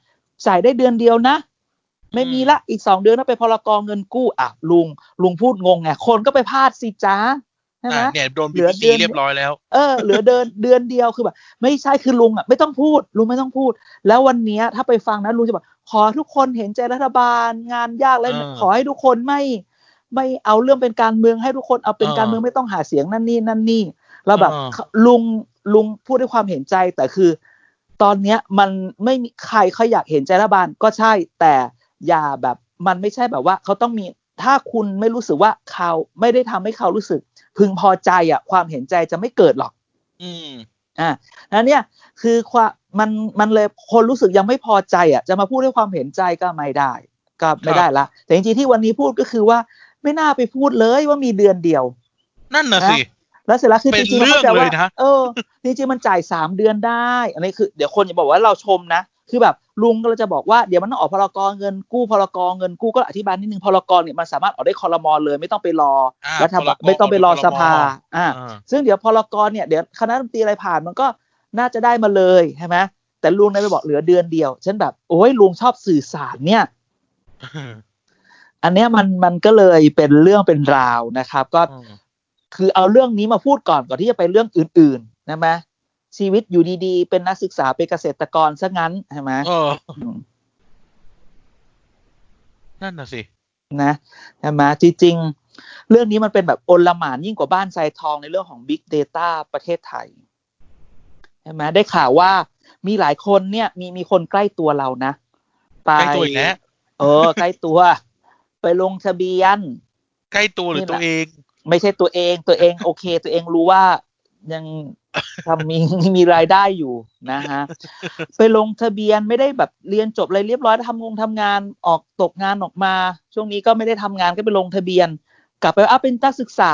Speaker 3: จ่ายได้เดือนเดียวนะ ไม่มีละอีกสองเดือนต้องไปพลกรเงินกู้อ่ะลุง ลุงพูดงงไงคนก็ไปพลาดสิจ้าใช่ไหม
Speaker 2: อ่ะเนี่ยโดน
Speaker 3: เหลื
Speaker 2: บี
Speaker 3: อ
Speaker 2: บี
Speaker 3: เดื
Speaker 2: ซี
Speaker 3: อน
Speaker 2: เรียบร้อยแล้ว
Speaker 3: เออเหลือเดินเดือนเดียวคือแบบไม่ใช่คือลุงอ่ะไม่ต้องพูดลุงไม่ต้องพูด แล้ววันเนี้ยถ้าไปฟังนะลุงจะบอกขอทุกคนเห็นใจรัฐบาลงานยากและ
Speaker 2: เออ
Speaker 3: ขอให้ทุกคนไม่ ไม่เอาเรื่องเป็นการเมืองให้ทุกคนเอาเป็น
Speaker 2: เออ
Speaker 3: การเมืองไม่ต้องหาเสียงนั่นนี่นั่นนี่เราแบบ
Speaker 2: เออ
Speaker 3: ลุงลุงพูดด้วยความเห็นใจแต่คือ ตอนเนี้ยมันไม่มีใครเขาอยากเห็นใจรัฐบาลก็ใช่ แต่อย่าแบบมันไม่ใช่แบบว่าเขาต้องมีถ้าคุณไม่รู้สึกว่าเขาไม่ได้ทำให้เขารู้สึก พึงพอใจอ่ะความเห็นใจจะไม่เกิดหรอก
Speaker 2: อืม
Speaker 3: อ่าแล้วเนี่ยคือความมันมันเลยคนรู้สึกยังไม่พอใจอ่ะจะมาพูดด้วยความเห็นใจก็ไม่ได้ก็ไม่ได้ละ แต่จริงๆที่วันนี้พูดก็คือว่าไม่น่าไปพูดเลยว่ามีเดือนเดียว
Speaker 2: นั่นน่ะสิ
Speaker 3: แล้วเสร็จแล้วคือ
Speaker 2: เป็
Speaker 3: จ
Speaker 2: น
Speaker 3: ริงๆ
Speaker 2: เรื่อง
Speaker 3: ข้าใจว่า
Speaker 2: เลยนะ
Speaker 3: เออจริงๆมันจ่ายสามเดือนได้ อันนี้คือ เดี๋ยวคนจะบอกว่าเราชมนะ คือแบบลุงก็จะบอกว่าเดี๋ยวมันต้องออกพรกรเงินกู้พรกรเงินกู้ก็อธิบายนิดนึงพรกรเนี่ยมันสามารถออกได้คอรมอเลย ไม่ต้องไปรอ
Speaker 2: อ่า
Speaker 3: รัฐบาล
Speaker 2: พรก
Speaker 3: ไม่ต้องไปร
Speaker 2: อ
Speaker 3: อ
Speaker 2: อกได้
Speaker 3: ส
Speaker 2: ครม
Speaker 3: ภาอ่า
Speaker 2: อ่า
Speaker 3: ซึ่งเดี๋ยวพลกรเนี่ยเดี๋ยวคณะรัฐมนตรีอะไรผ่านมันก็น่าจะได้มาเลยใช่ไหมแต่ลุงนายไปบอกเหลือเดือนเดียว ฉันแบบโอ้ยลุงชอบสื่อสารเนี่ย อันเนี้ยมันมันก็เลยเป็นเรื่องเป็นราวนะครับ ก็คือเอาเรื่องนี้มาพูดก่อนก่อนที่จะไปเรื่องอื่นๆนะไหมชีวิตอยู่ดีๆ เป็นนักศึกษาเป็นเกษตรกรซะงั้นใช่ไหม
Speaker 2: เออ
Speaker 3: ม
Speaker 2: นั่นน่ะสิ
Speaker 3: นะใช่ไหมจริงๆเรื่องนี้มันเป็นแบบโอลหมานยิ่งกว่าบ้านทรายทองในเรื่องของ Big Data ประเทศไทย ใช่ไหมได้ข่าวว่ามีหลายคนเนี่ย มีมีคนใกล้ตัวเรานะไป
Speaker 2: ใกล้ตัวอีกแล้ว
Speaker 3: เออ ใกล้ตัว ไปลงทะเบียน
Speaker 2: ใกล้ตัวหรือ
Speaker 3: นี่แหละ
Speaker 2: ตัวเอง
Speaker 3: ไม่ใช่ตัวเองตัวเอง โอเค ตัวเองรู้ว่ายัง *laughs* ทำมี มีรายได้อยู่นะฮะ ไปลงทะเบียนไม่ได้แบบเรียนจบอะไรเรียบร้อยทำงงทำงานออกตกงานออกมา ช่วงนี้ก็ไม่ได้ทำงานก็ไปลงทะเบียน กลับไปอ้าวเป็นนักศึกษา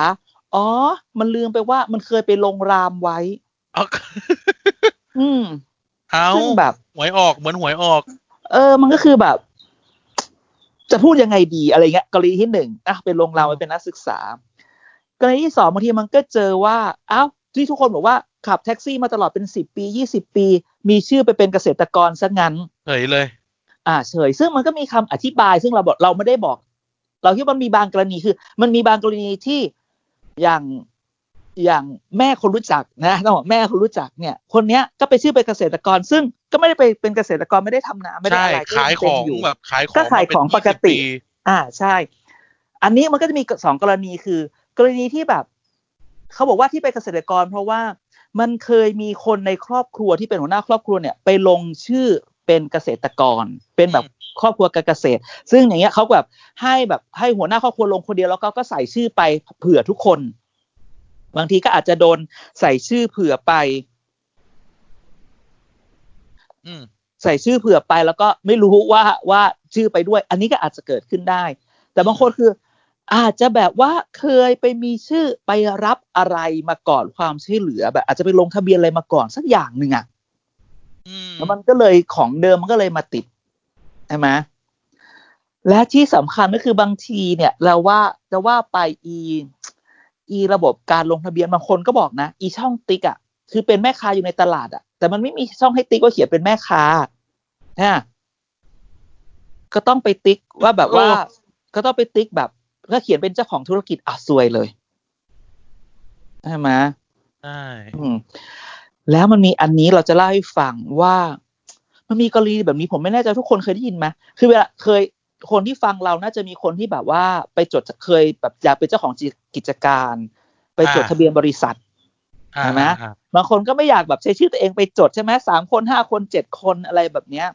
Speaker 3: อ๋อ มันลืมไปว่ามันเคยไปลงรามไว้
Speaker 2: เอา
Speaker 3: อืม
Speaker 2: เอา
Speaker 3: ซึ่งแบบ
Speaker 2: หวยออกเหมือนหวยออก
Speaker 3: เออ มันก็คือแบบ จะพูดยังไงดีอะไรเงี้ยกรณีที่หนึ่งอ่ะเป็นลงเรา
Speaker 2: อืม
Speaker 3: ไปเป็นนักศึกษากรณีที่สองบางทีมันก็เจอว่าเอ้าวที่ทุกคนบอกว่าขับแท็กซี่มาตลอดเป็นสิบปียี่สิบปี มีชื่อไปเป็นเกษตรกรซะงั้น
Speaker 2: เฉยเลย
Speaker 3: อ่าเฉยซึ่งมันก็มีคำอธิบายซึ่งเราบอกเราไม่ได้บอก เราคิดว่ามันมีบางกรณีคือ มันมีบางกรณีที่ อย่างอย่างแม่คนรู้จักนะต้องบอกแม่คนรู้จักเนี่ย คนเนี้ยก็ไปชื่อเป็นเกษตรกร ซึ่งก็ไม่ได้ไปเป็นเกษตรกรไม่ได้ทำนาไม่ได้
Speaker 2: ใช่
Speaker 3: อะไรก็
Speaker 2: ขาย
Speaker 3: ง
Speaker 2: ข
Speaker 3: เป็น
Speaker 2: อง
Speaker 3: อยู่
Speaker 2: แบบขายของ
Speaker 3: ก็ขาย
Speaker 2: มเป็น
Speaker 3: ของปกติ
Speaker 2: ยี่สิบปี
Speaker 3: อ่าใช่ อันนี้มันก็จะมีสองกรณีคือ กรณีที่แบบ เขาบอกว่าที่เป็นเกษตรกร เพราะว่ามันเคยมีคนในครอบครัวที่เป็นหัวหน้าครอบครัวเนี่ย ไปลงชื่อเป็นเกษตรกร เป็นแบบครอบครัวการเกษตร ซึ่งอย่างเงี้ยเขาแบบให้แบบให้หัวหน้าครอบครัวลงคนเดียวแล้วก็ก็ใส่ชื่อไปเผื่อทุกคน บางทีก็อาจจะโดนใส่ชื่อเผื่อไป
Speaker 2: อืม
Speaker 3: ใส่ชื่อเผื่อไปแล้วก็ไม่รู้ว่าว่าชื่อไปด้วย อันนี้ก็อาจจะเกิดขึ้นได้ แต่บางคนคือ อาจจะแบบว่าเคยไปมีชื่อไปรับอะไรมาก่อนความช่วยเหลือแบบ อาจจะไปลงทะเบียนอะไรมาก่อนสักอย่างหนึ่งอะ
Speaker 2: อืม
Speaker 3: แล้วมันก็เลยของเดิมมันก็เลยมาติดใช่ไหมและที่สำคัญก็คือบางทีเนี่ย เราว่าจะว่าไปอีอีระบบการลงทะเบียนบางคนก็บอกนะอีช่องติ๊กอะคือเป็นแม่ค้าอยู่ในตลาดอะแต่มันไม่มีช่องให้ติ๊กว่าเขียนเป็นแม่ค้าฮะก็ต้องไปติ๊กว่าแบบว่า ก็ต้องไปติ๊กแบบก็เขียนเป็นเจ้าของธุรกิจอ่ะซวยเลยใช่ไหม
Speaker 2: ใช่
Speaker 3: อืม แล้วมันมีอันนี้เราจะเล่าให้ฟังว่า มันมีกรณีแบบนี้ผมไม่แน่ใจทุกคนเคยได้ยินไหมคือเวลาเคยคนที่ฟังเราน่าจะมีคนที่แบบว่า ไปจดเคยแบบอยากเป็นเจ้าของกิจการ ไปจดทะเบียนบริษัท
Speaker 2: อ่า
Speaker 3: เห็นไหม
Speaker 2: อ่า
Speaker 3: บางคนก็ไม่อยากแบบใช้ชื่อตัวเองไปจดใช่ไหมสามคนห้าคนเจ็ดคนอะไรแบบเนี้ย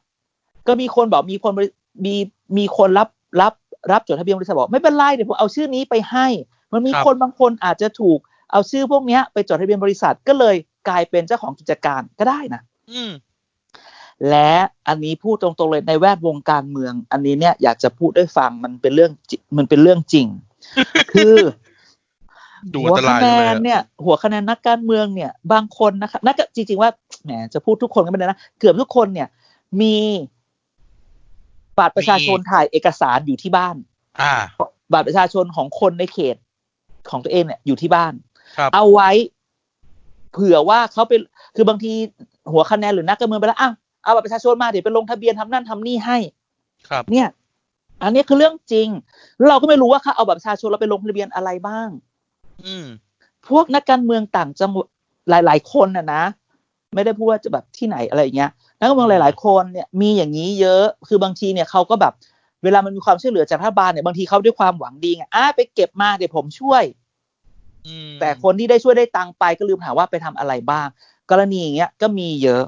Speaker 3: ก็มีคนบอกมีคนบริมีมีคนรับรับรับจดทะเบียนบริษัทบอกไม่เป็นไรเดี๋ยวผมเอาชื่อนี้ไปให้ มันมีคนบางคนอาจจะถูกเอาชื่อพวกเนี้ยไปจดทะเบียนบริษัทก็เลยกลายเป็นเจ้าของกิจการก็ได้นะ
Speaker 2: อืม
Speaker 3: และอันนี้พูดตรงๆเลยในแวดวงการเมือง อันนี้เนี่ยอยากจะพูดด้วยฟังมันเป็นเรื่องจิมันเป็นเรื่อง
Speaker 2: *laughs*
Speaker 3: จริง คือ
Speaker 2: ดูอั
Speaker 3: หัวน
Speaker 2: ต
Speaker 3: คะ
Speaker 2: รายเล
Speaker 3: แน
Speaker 2: ย
Speaker 3: น
Speaker 2: อะ
Speaker 3: เนี่ยหัวคะแนนนักการเมืองเนี่ย บางคนนะคะนักจริงๆว่าแหมจะพูดทุกคนก็ไม่ได้นะเกือบทุกคนเนี่ย มีบัตรประชาชนถ่ายเอกสารอยู่ที่บ้าน
Speaker 2: อ่า
Speaker 3: บัตรประชาชนของคนในเขตของตัวเองเนี่ยอยู่ที่บ้าน
Speaker 2: ครับ
Speaker 3: เอาไว้ เผื่อว่าเขาเป็นคือบางทีหัวคะแนนหรือนักการเมืองไปแล้วอ้าวเอาบัตรประชาชนมาเดี๋ยวไปลงทะเบียนทำนั่นทำนี่ให้
Speaker 2: ครับ
Speaker 3: เนี่ย อันนี้คือเรื่องจริงแล้วเราก็ไม่รู้ว่าเขาเอาบัตรประชาชนเราไปลงทะเบียนอะไรบ้าง
Speaker 2: อืม
Speaker 3: พวกนักการเมืองต่างจังหวัดหลาย ๆ คนนะนะ ไม่ได้พูดว่าจะแบบที่ไหนอะไรอย่างเงี้ยนักการเมืองหลาย ๆ คนเนี่ยมีอย่างนี้เยอะคือบางทีเนี่ยเขาก็แบบ เวลามันมีความช่วยเหลือจากรัฐบาลเนี่ยบางทีเขาด้วยความหวังดีไงอ่ะไปเก็บมาเดี๋ยวผมช่วย
Speaker 2: อืม
Speaker 3: แต่คนที่ได้ช่วยได้ตังค์ไปก็ลืมถามว่าไปทำอะไรบ้าง กรณีอย่างเงี้ยก็มีเยอะ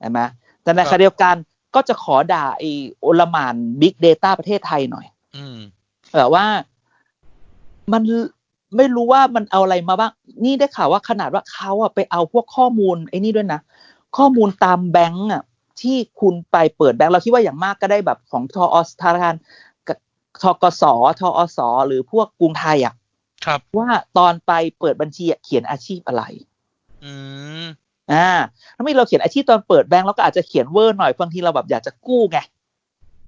Speaker 3: ใช่ไหมแต่ในขณะเดียวกันก็จะขอด่าไอ้โอลหมาน Big Data ประเทศไทยหน่อย
Speaker 2: อืม
Speaker 3: แบบว่ามันไม่รู้ว่ามันเอาอะไรมาบ้าง นี่ได้ข่าวว่าขนาดว่าเขาอะไปเอาพวกข้อมูลไอ้นี่ด้วยนะ ข้อมูลตามแบงก์อะที่คุณไปเปิดแบงก์เราคิดว่าอย่างมากก็ได้แบบของทออสธนาคารทกสทอสหรือพวกกรุงไทยอะ
Speaker 2: ครับ
Speaker 3: ว่าตอนไปเปิดบัญชีอะเขียนอาชีพอะไร
Speaker 2: อืม
Speaker 3: อ่าถ้าไม่เราเขียนอาชีพตอนเปิดแบงก์เราก็อาจจะเขียนเวอร์หน่อยบางทีเราแบบอยากจะกู้ไง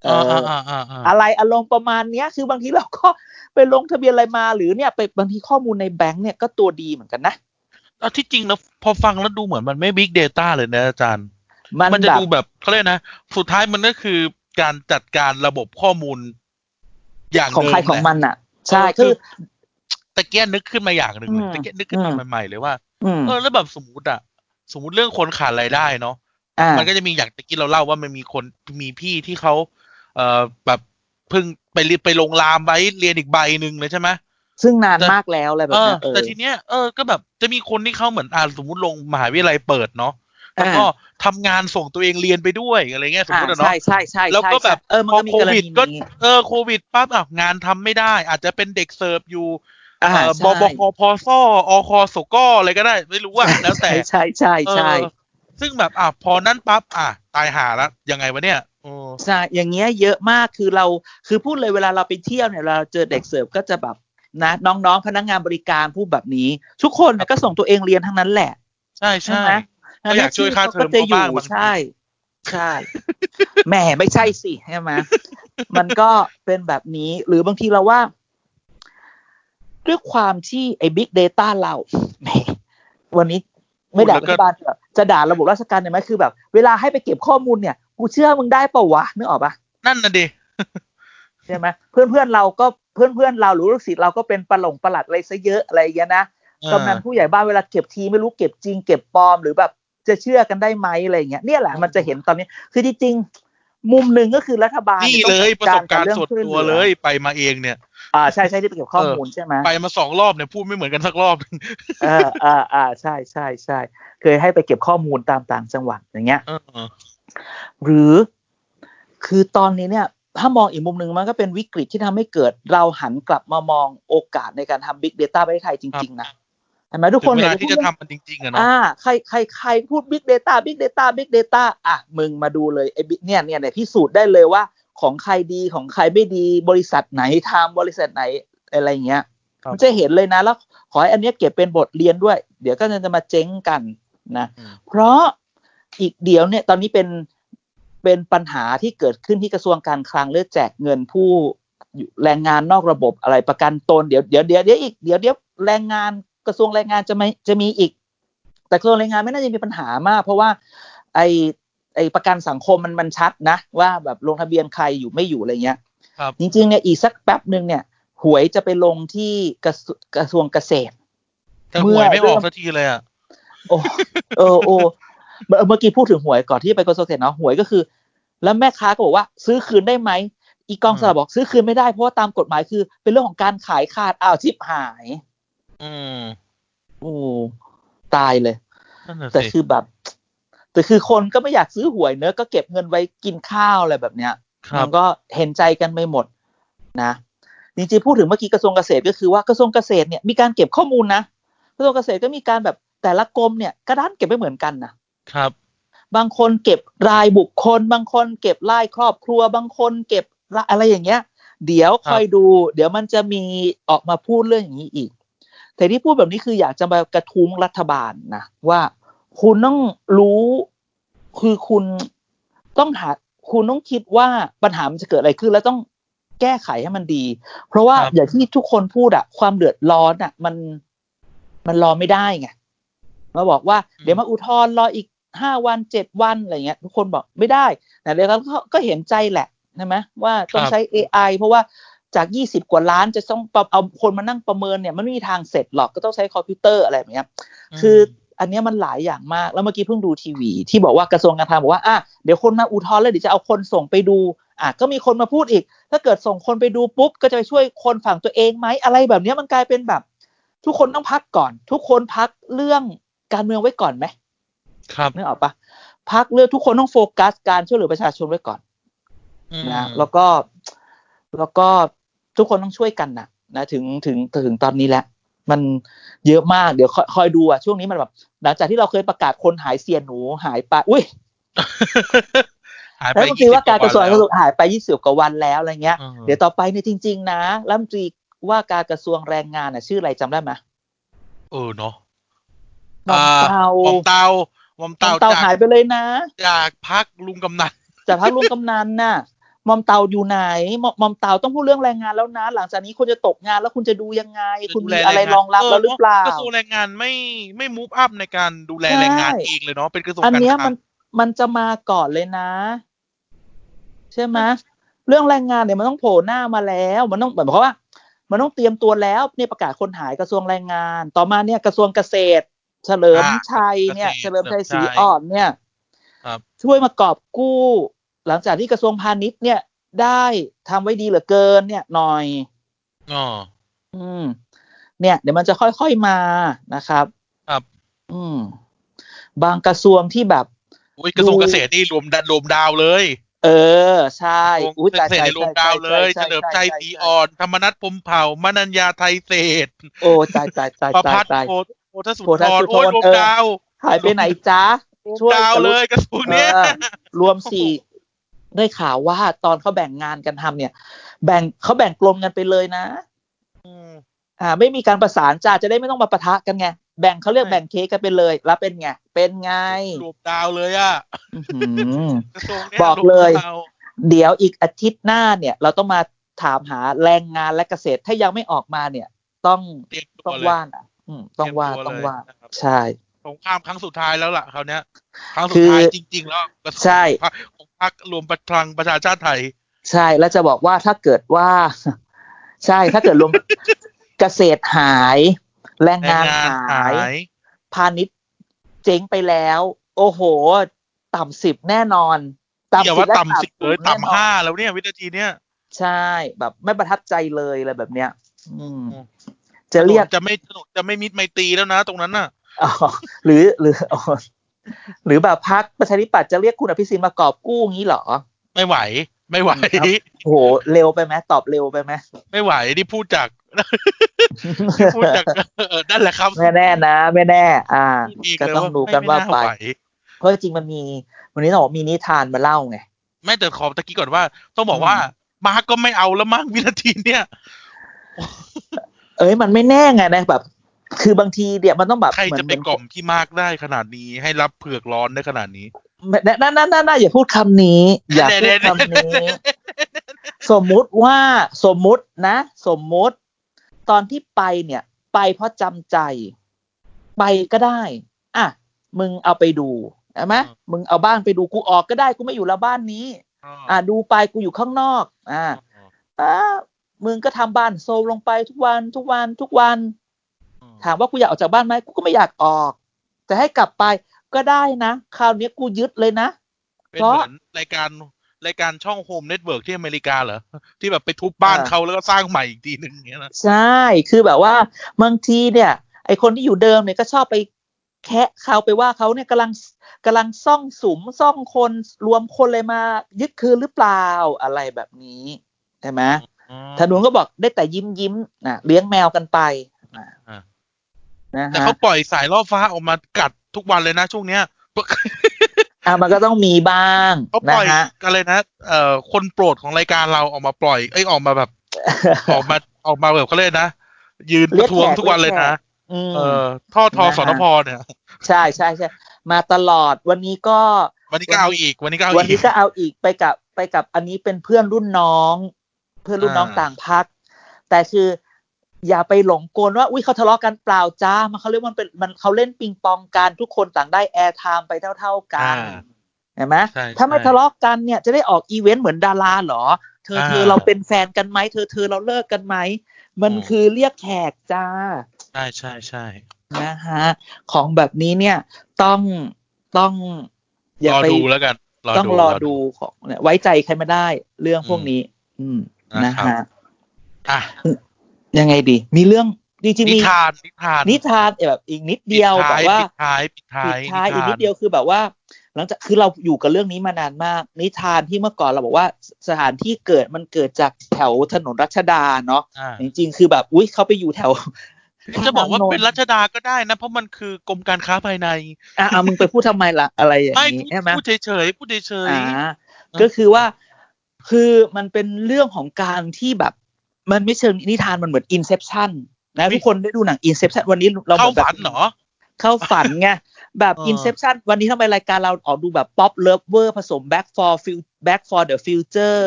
Speaker 3: เออ
Speaker 2: อ่าอ่าอ่าอ่า
Speaker 3: อะไรอารมณ์ประมาณเนี้ย คือบางทีเราก็ไปลงทะเบียนอะไรมาหรือเนี่ยไปบางทีข้อมูลในแบงค์เนี่ยก็ตัวดีเหมือนกันนะ
Speaker 2: เอาที่จริงนะพอฟังแล้วดูเหมือนมันไม่ Big Data เลยนะอาจารย์
Speaker 3: มัน
Speaker 2: มันจะ
Speaker 3: แบบ
Speaker 2: ดูแบบเขาเรียกนะ สุดท้ายมันก็คือการจัดการระบบข้อมูล อย่าง
Speaker 3: ของ
Speaker 2: เดิม
Speaker 3: ใครของ
Speaker 2: แหละ
Speaker 3: มันอ่ะ ใช่
Speaker 2: เออคื
Speaker 3: คือ
Speaker 2: อ ตะเกียนนึกขึ้นมาอย่างหนึ่งเลย
Speaker 3: อืม
Speaker 2: ตะเกียนนึกขึ้นมา
Speaker 3: อืม
Speaker 2: ใหม่ๆเลยว่า
Speaker 3: อืม
Speaker 2: เออแล้วแบบสมมติอะสมมติเรื่องคนขาดรายได้เนาะ
Speaker 3: อ่า
Speaker 2: มันก็จะมีอย่างตะกี้เราเล่าว่ามันมีคนมีพี่ที่เขาเอ่อแบบเพิ่งไปเรียนไปลงรามไว้เรียนอีกใบหนึ่งเลยใช่ไหม
Speaker 3: ซึ่งนานมากแล้วอะไรแบ
Speaker 2: เอบ อ
Speaker 3: นั้นเออ
Speaker 2: แต่ทีเนี้ยเออก็แบบจะมีคนที่เขาเหมือนอ่าสมมติลงมหาวิทยาลัยเปิดเนาะแล้วก็
Speaker 3: อ่า
Speaker 2: ทำงานส่งตัวเองเรียนไปด้วยอะไรเงี้ยสมมติอะ
Speaker 3: อ่า
Speaker 2: เนาะ
Speaker 3: ใช่ใช่ใช่
Speaker 2: แล้วก็แบบ
Speaker 3: ใช่เออมัน
Speaker 2: พอ
Speaker 3: ก็
Speaker 2: โค
Speaker 3: มีกร
Speaker 2: วิ
Speaker 3: ณี
Speaker 2: ดก็
Speaker 3: นี้
Speaker 2: เออโควิดปั๊บอ่ะงานทำไม่ได้ อาจจะเป็นเด็กเสิร์ฟอยู่
Speaker 3: อ่า
Speaker 2: เอ่อ
Speaker 3: ใช่
Speaker 2: บอบคพอซ่ออคสกออะไรก็ได้ ไม่รู้อ่ะแล้วแต่
Speaker 3: ใช่ใช่ใช่ใช่
Speaker 2: เออซึ่งแบบอ่ะพอนั้นปั๊บอ่ะตายหาละยังไงวะเนี่ยเออ
Speaker 3: ใช่อย่างเงี้ยเยอะมากคือเราคือพูดเลยเวลาเราไปเที่ยวเนี่ยเวลาเราเจอเด็กเสิร์ฟก็จะแบบนะ น้องๆพนักงานบริการพูดแบบนี้ ทุกคนเนี่ยก็ส่งตัวเองเรียนทั้งนั้นแหละ
Speaker 2: ใช่
Speaker 3: ใช่
Speaker 2: ใช่
Speaker 3: ไหม
Speaker 2: ก็อยากช่วยค่าเทอม
Speaker 3: จะ
Speaker 2: เขา
Speaker 3: อ
Speaker 2: บ้า
Speaker 3: ยู่
Speaker 2: งบางที
Speaker 3: ใช่ ใช่ *laughs* แหมไม่ใช่สิใช่ไหมมันก็เป็นแบบนี้ หรือบางทีเราว่า ด้วยความที่ไอ้บิ๊กเดต้าเรา *laughs* แหมวันนี้ไม่ด่ารัฐบาลเถอะจะด่าระบบราชการเนี่ยไหมคือแบบ เวลาให้ไปเก็บข้อมูลเนี่ย กูเชื่อมึงได้เปล่าวะนึกออกปะ
Speaker 2: นั่นน่ะดิ
Speaker 3: ใช่ไหมเพื่อนเพื่อนๆเราก็ เพื่อนๆเราหรือลูกศิษย์เราก็เป็นปลงประหลัดอะไรซะเยอะอะไรอย่างเงี้ยนะกำนันผู้ใหญ่บ้านเวลาเก็บทีไม่รู้เก็บจริงเก็บปลอมหรือแบบจะเชื่อกันได้ไหมอะไรอย่างเงี้ยเนี่ยแหละมันจะเห็นตอนนี้คือจริงๆมุมหนึ่งก็คือรัฐบาล
Speaker 2: นี่เลยประสบการณ์ส่วนตัวเลยไปมาเองเนี่ย
Speaker 3: อ่าใช่ใช่ที่ไปเก็บข้อมูลใช่ไหม
Speaker 2: ไปมาสองรอบเนี่ยพูดไม่เหมือนกันสักรอบ
Speaker 3: เอออ่าอ่าใช่ใช่ใช่เคยให้ไปเก็บข้อมูลตามต่างจังหวัดอย่างเงี้ยหรือ คือตอนนี้เนี่ยถ้ามองอีกมุมหนึ่งมันก็เป็นวิกฤตที่ทำให้เกิดเราหันกลับมามองโอกาสในการทำบิ๊กเดต้าประเทศไทยจริง ๆ นะเห็นไหมทุกคน
Speaker 2: เนี่ย ที่จะทำมันจริงๆอะเนา
Speaker 3: ะอ่าใครใครใครพูดบิ๊กเดต้าบิ๊กเดต้าบิ๊กเดต้าอ่ะมึงมาดูเลยไอ้บิ๊กเนี่ยเนี่ยเนี่ยพิสูจน์ได้เลยว่าของใครดีของใครไม่ดีบริษัทไหนทำบริษัทไหนอะไรเงี้ยมันจะเห็นเลยนะ แล้วขอให้อันนี้เก็บเป็นบทเรียนด้วย เดี๋ยวก็จะมาเจ๊งกันนะเพราะอีกเดี๋ยวเนี่ยตอนนี้เป็นเป็นปัญหาที่เกิดขึ้นที่กระทรวงการคลังเลือกแจกเงินผู้แรงงานนอกระบบอะไรประกันตนเดี๋ยวเดี๋ยวเดี๋ยวเดี๋ยวอีกเดี๋ยวเดี๋ยวแรงงานกระทรวงแรงงานจะไม่จะมีอีก แต่กระทรวงแรงงานไม่น่าจะมีปัญหามาก เพราะว่า ไอไอประกันสังคมมันมันชัดนะ ว่าแบบลงทะเบียนใครอยู่ไม่อยู่อะไรเงี้ย
Speaker 2: ครับ
Speaker 3: จริงๆเนี่ยอีกสักแป๊บหนึ่งเนี่ย หวยจะไปลงที่กระกระทรวงเกษตร
Speaker 2: แต่หวยไม่ออกสักทีเลยอ่ะ
Speaker 3: โอ้เออโอ้เมื่อกี้พูดถึงหวยก่อนที่ไปกระทรวงเกษตรเนาะหวยก็คือ แล้วแม่ค้าก็บอกว่าซื้อคืนได้ไหมอีกองสลากบอกซื้อคืนไม่ได้เพราะว่าตามกฎหมายคือ เป็นเรื่องของการขายขาดอ้าวชิบหาย
Speaker 2: อืม
Speaker 3: โอ้ตายเลย แต่คือแบบ แต่คือคนก็ไม่อยากซื้อหวยเนอะก็เก็บเงินไว้กินข้าวอะไรแบบเนี้ยมันก็เห็นใจกันไปหมด นะจริงๆพูดถึงเมื่อกี้กระทรวงเกษตรก็คือว่ากระทรวงเกษตรเนี่ยมีการเก็บข้อมูลนะกระทรวงเกษตรก็มีการแบบแต่ละกรมเนี่ยกระด้านเก็บไม่เหมือนกันนะครับ บางคนเก็บรายบุคคล บางคนเก็บรายครอบครัว บางคนเก็บอะไรอย่างเงี้ย เดี๋ยวคอยดู เดี๋ยวมันจะมีออกมาพูดเรื่องอย่างนี้อีก แต่ที่พูดแบบนี้คืออยากจะมากระทุ้งรัฐบาลนะว่าคุณต้องรู้คือคุณต้องหาคุณต้องคิดว่าปัญหามันจะเกิดอะไรขึ้น แล้วต้องแก้ไขให้มันดี เพราะว่าอย่างที่ทุกคนพูดอะความเดือดร้อนอะมันมันรอไม่ได้ไงมาบอกว่าเดี๋ยวมาอุทธรณ์รออีกห้าวันเจ็ดวันอะไรเงี้ย ทุกคนบอกไม่ได้แต่เดี๋ยวก็ก็เห็นใจแหละใช่ไหมว่าต้องใช้ AI เพราะว่าจากยี่สิบกว่าล้านจะต้องเอาคนมานั่งประเมินเนี่ยมันไม่มีทางเสร็จหรอกก็ต้องใช้คอมพิวเตอร์อะไรแบบนี้คืออันนี้มันหลายอย่างมาก แล้วเมื่อกี้เพิ่งดูทีวี ที่บอกว่ากระทรวงการคลังบอกว่าอ่ะเดี๋ยวคนมาอุทธรณ์แล้วเดี๋ยวจะเอาคนส่งไปดูอ่ะก็มีคนมาพูดอีก ถ้าเกิดส่งคนไปดูปุ๊บก็จะไปช่วยคนฝั่งตัวเองไหมอะไรแบบนี้มันกลายเป็นแบบ ทุกคนต้องพักก่อน ทุกคนพักเรื่องการเมืองไว้ก่อนไหม
Speaker 2: ครับ
Speaker 3: นึกออกปะพักเรื่องทุกคนต้องโฟกัสการช่วยเหลือประชาชนไว้ก่อนนะ
Speaker 2: *laughs*
Speaker 3: แล้วก็แล้วก็ทุกคนต้องช่วยกันนะนะถึงถึงถึงตอนนี้แหละ มันเยอะมากเดี๋ยวคอยคอยดูอ่ะช่วงนี้มันแบบหลังจากที่เราเคยประกาศคนหายเสียหนูหายไปอุ้ยแล้วก็คือว่าการกระทรวงกระทรวงหายไปยี่สิบกว่าวันแล้วอะไรเงี้ยเดี๋ยวต่อไปเนี่ยจริง ๆ นะรัฐมนตรีว่าการกระทรวงแรงงานอ่ะ ชื่ออะไรจำได้ไหม
Speaker 2: เออเนาะ
Speaker 3: มอมเตาม
Speaker 2: อมเตาม
Speaker 3: อมเตาหายไปเลยนะ
Speaker 2: จากพักลุงกำนัน
Speaker 3: จากพักลุงกำนันน่ะมอมเตาอยู่ไหนมอมเตาต้องพูดเรื่องแรงงานแล้วนะ หลังจากนี้คุณจะตกงานแล้วคุณจะดูยังไง คุณมีอะไรรองรับแล้วหรือเปล่าก
Speaker 2: ระทรวงแรงงานไม่ไม่มูฟอัพในการดูแลแรงงานเองเลยเนาะเป็นกระทรวงการ
Speaker 3: อันนี้มันมันจะมาก่อนเลยนะ ใช่ไหมเรื่องแรงงานเนี่ยมันต้องโผล่หน้ามาแล้ว มันต้องเหมือนเพราะว่า มันต้องเตรียมตัวแล้วเนี่ยประกาศคนหายกระทรวงแรงงาน ต่อมาเนี่ยกระทรวงเกษตรเฉลิมชัยเนี่ยเฉลิมชัยศรีอ่อนเนี่ยช่วยมากอบกู้ หลังจากที่กระทรวงพาณิชย์เนี่ยได้ทำไว้ดีเหลือเกิน เนี่ยหน่อย
Speaker 2: อ๋อ
Speaker 3: อืม เนี่ย เดี๋ยวมันจะค่อยๆมานะครับ
Speaker 2: ครับ
Speaker 3: อืม บางกระทรวงที่แบบ
Speaker 2: อุ้ยกระทรวงเกษตรนี่รวมดันรวมดาวเลย
Speaker 3: เออ ใช่
Speaker 2: อุ้ยเกษตรรวมดาวเลยเฉลิมชัยศรีอ่อนธรรมนัฐพมเผ่ามนัญญาไทยเศษ
Speaker 3: โอ้ตายตายตาย
Speaker 2: ประพัฒน์โพโพธสุนทรโอ้ยรวมดาว
Speaker 3: หายไปไหนจ๊ะ
Speaker 2: ช่วยดาวเลยกระทรวงเนี้ย
Speaker 3: รวมสี่ได้ข่าวว่าตอนเขาแบ่งงานกันทำเนี่ย แบ่งเขาแบ่งกลมกันไปเลยนะอ่า ไม่มีการประสานจ้าจะได้ไม่ต้องมาปะทะกันไงแบ่งเขาเรียกแบ่งเค้กกันไปเลย แล้วเป็นไงเป็นไง
Speaker 2: รวมดาวเลยอ่ะ
Speaker 3: บอกเลย เดี๋ยวอีกอาทิตย์หน้าเนี่ย เราต้องมาถามหาแรงงานและเกษตรถ้ายังไม่ออกมาเนี่ย ต้องต้องว่านอ่ะต้องว่าต้องว่าใช่
Speaker 2: สงครามครั้งสุดท้ายแล้วล่ะคราวนี้ยครั้งสุดท้ายจริง ๆ แล้ว
Speaker 3: ใช่
Speaker 2: ของพรรครวมพลังประชาชาติไทย
Speaker 3: *laughs* ใช่แล้วจะบอกว่าถ้าเกิดว่า ใช่ถ้าเกิดรวม *laughs* เกษตรหาย แรงงานหาย พาณิชย์เจ๊งไปแล้ว โอ้โห ต่ำสิบแน่นอน
Speaker 2: อย่าว่าต่ำสิบเลยต่ำห้าแล้วเนี่ย วินาทีเนี้ย
Speaker 3: ใช่แบบ ไม่ประทับใจเลยอะไรแบบเนี้ย อืม จะเรียก
Speaker 2: จะไม่ถนนจะไม่มิดไมตรีแล้วนะ ตรงนั้นน่ะ
Speaker 3: *laughs* อ๋อหรือหรือ *laughs* อ๋อหรือแบบพักประชาธิปัตย์จะเรียกคุณอภิสิทธิ์มากอบกู้งี้เหรอ
Speaker 2: ไม่ไหว ไม่ไหว
Speaker 3: โอ้โหเร็วไปไหมตอบเร็วไปไหม
Speaker 2: ไม่ไหวนี่พูดจาก *laughs* พูดจากนั่นแหละครับ
Speaker 3: ไม่แน่นะไม่แน่ อ่า ก็ต้องดูกันว่าไป เพราะจริงมันมี วันนี้เราบอกมีนิทานมาเล่าไง
Speaker 2: ไม่แต่ขอตะกี้ก่อนว่า ต้องบอกว่ามาร์กก็ไม่เอาแล้วมั้งวินาทีเนี่ย
Speaker 3: เอ้ยมันไม่แน่ไงนะแบบ คือบางทีเดี๋ยวมันต้องแบบ
Speaker 2: ใครจะไปกล่อมพี่มากได้ขนาดนี้ให้รับเผือกร้อนได้ขนาดนี้
Speaker 3: นั่นนั่นนั่นอย่าพูดคำนี้ อย่าพูดคำนี้ สมมุติว่าสมมุตินะ สมมุติ ตอนที่ไปเนี่ย ไปเพราะจำใจ ไปก็ได้ อ่ะ มึงเอาไปดูใช่ไหมมึงเอาบ้านไปดูกูออกก็ได้กูไม่อยู่แล้วบ้านนี้ อ่ะดูไปกูอยู่ข้างนอก อ่าอ่ามึงก็ทำบ้านโซลลงไปทุกวันทุกวันทุกวัน ถามว่ากูอยากออกจากบ้านไหมกูก็ไม่อยากออก แต่ให้กลับไปก็ได้นะ คราวนี้กูยึดเลยนะ
Speaker 2: เพราะรายการรายการช่องโฮมเน็ตเวิร์กที่อเมริกาเหรอ ที่แบบไปทุบบ้านเขาแล้วก็สร้างใหม่อีกทีหนึ่งเงี้ยนะ
Speaker 3: ใช่ คือแบบว่าบางทีเนี่ย ไอคนที่อยู่เดิมเนี่ยก็ชอบไปแคะเขาไปว่าเขาเนี่ยกำลังกำลังซ่องสุมซ่องคนรวมคนเลยมา ยึดคืนหรือเปล่าอะไรแบบนี้ใช่ไหมธนูก็บอกได้แต่ยิ้มยิ้มนะเลี้ยงแมวกันไป
Speaker 2: นะแต่เขาปล่อยสายล่อฟ้าออกมากัดทุกวันเลยนะช่วงเนี้ย
Speaker 3: อ่ามันก็ต้องมีบ้าง
Speaker 2: *laughs* เขาปล่อยกันเลยนะเอ่อคนโปรดของรายการเราออกมาปล่อยเอ้ยออกมาแบบ ออกมาออกมาแบบเขาเลยนะ ยืนประท้วงทุกวันเลยนะเออท่อทอสอนพเนี่ย
Speaker 3: ใช่ใช่ใช่มาตลอดวันนี้ก็
Speaker 2: วันนี้ก็เอาอีก วันนี้ก็เอาอี
Speaker 3: กวันนี้ก็เอาอีกไปกับไปกับอันนี้เป็นเพื่อนรุ่นน้องเพื่อนรุ่นน้องต่างพัก แต่คืออย่าไปหลงกลว่าอุ้ยเขาทะเลาะกันเปล่าจ้า มันเขาเรียกมันเป็นมันเขาเล่นปิงปองกันทุกคนต่างได้แอร์ไทม์ไปเท่า ๆกันเห็นไหมถ้าไม่ทะเลาะกันเนี่ยจะได้ออกอีเวนต์เหมือนดาราหรอ เธอเธอเราเป็นแฟนกันไหมเธอเธอเราเลิกกันไหมมันคือเรียกแขกจ้า
Speaker 2: ใช่ใช่ใช่
Speaker 3: นะฮะของแบบนี้เนี่ยต้องต้อง
Speaker 2: อย่าไปดูแล้วกัน
Speaker 3: ต้องรอดูของไว้ใจใครไม่ได้เรื่องพวกนี้ อืมนะฮะ
Speaker 2: อ่ะ
Speaker 3: ยังไงดี มีเรื่องดีจริง
Speaker 2: นิทานนิทาน
Speaker 3: นิทานแบบอีกนิดเดียวแบบว่า
Speaker 2: ปิดท้ายปิดท้าย
Speaker 3: ปิดท้ายอีกนิดเดียวคือแบบว่า หลังจากคือเราอยู่กับเรื่องนี้มานานมาก นิทานที่เมื่อก่อนเราบอกว่าสถานที่เกิดมันเกิดจากแถวถนนรัชดาเนาะจริงๆ คือแบบอุ้ยเขาไปอยู่แถว
Speaker 2: จะบอกว่าเป็นรัชดาก็ได้นะเพราะมันคือกรมการค้าภายใน
Speaker 3: อ่ามึงไปพูดทำไมล่ะอะไรอย่างนี้
Speaker 2: ใช่ไหมพูดเฉยๆพูดเฉย
Speaker 3: ๆก็คือว่าคือมันเป็นเรื่องของการที่แบบมันไม่เชิงนิทานมันเหมือนอินเซพชันนะทุกคนได้ดูหนังอินเซพชันวันนี้เรา
Speaker 2: เข้าฝันเหรอ
Speaker 3: เข้าฝันไงแบบอินเซพชันวันนี้ทำไมรายการเราออกดูแบบป๊อปเลิฟเวอร์ผสม Back for Field Back for the Future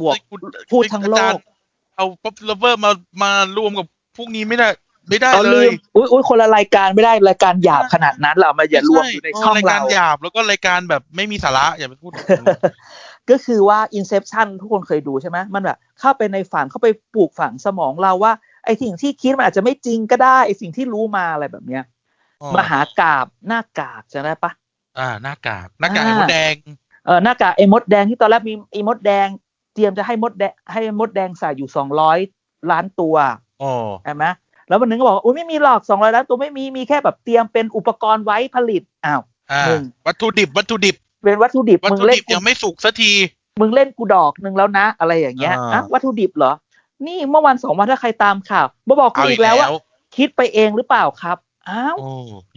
Speaker 3: บวกพูดทั้งโลก
Speaker 2: เอาป๊อปเลิฟเวอร์มามารวมกับพวกนี้ไม่ได้ ไม่ได้เลย
Speaker 3: อุ้ยอุ้ยคนละรายการไม่ได้รายการหยาบขนาดนั้นเรามาอย่ารวมอยู่ในช่องเราราย
Speaker 2: การหยาบแล้วก็รายการแบบไม่มีสาระอย่าไปพูด
Speaker 3: ก็คือว่า Inception ทุกคนเคยดูใช่ไหมมันแบบเข้าไปในฝันเข้าไปปลูกฝังสมองเราว่า ไอ้สิ่งที่คิดมันอาจจะไม่จริงก็ได้ไอ้สิ่งที่รู้มาอะไรแบบเนี้ยมหากาบหน้ากากจะได้ปะ
Speaker 2: อ่าหน้ากากหน้ากากไอ้มดแดง
Speaker 3: เออหน้ากากไอ้มดแดงที่ตอนแรกมีไอ้มดแดง เตรียมจะให้มดแดงให้มดแดงใส่อยู่สองร้อยล้านตัว
Speaker 2: อ๋อ
Speaker 3: ใช่ไหมแล้ววันนึงก็บอกว่าอุ้ยไม่มีหรอกสองร้อยล้านตัวไม่มีมีแค่แบบเตรียมเป็นอุปกรณ์ไว้ผลิตอ้าว
Speaker 2: วัตถุดิบวัตถุดิบ
Speaker 3: เป็นวัตถุดิบ
Speaker 2: มึงเล่นยังไม่สุกสักที
Speaker 3: มึงเล่นกูดอกหนึ่งแล้วนะ อะไรอย่างเงี้ยอ่ะวัตถุดิบเหรอ นี่เมื่อวันสองวันถ้าใครตามข่าวมาบอกกูอีกแล้วว่าคิดไปเองหรือเปล่าครับอ้าว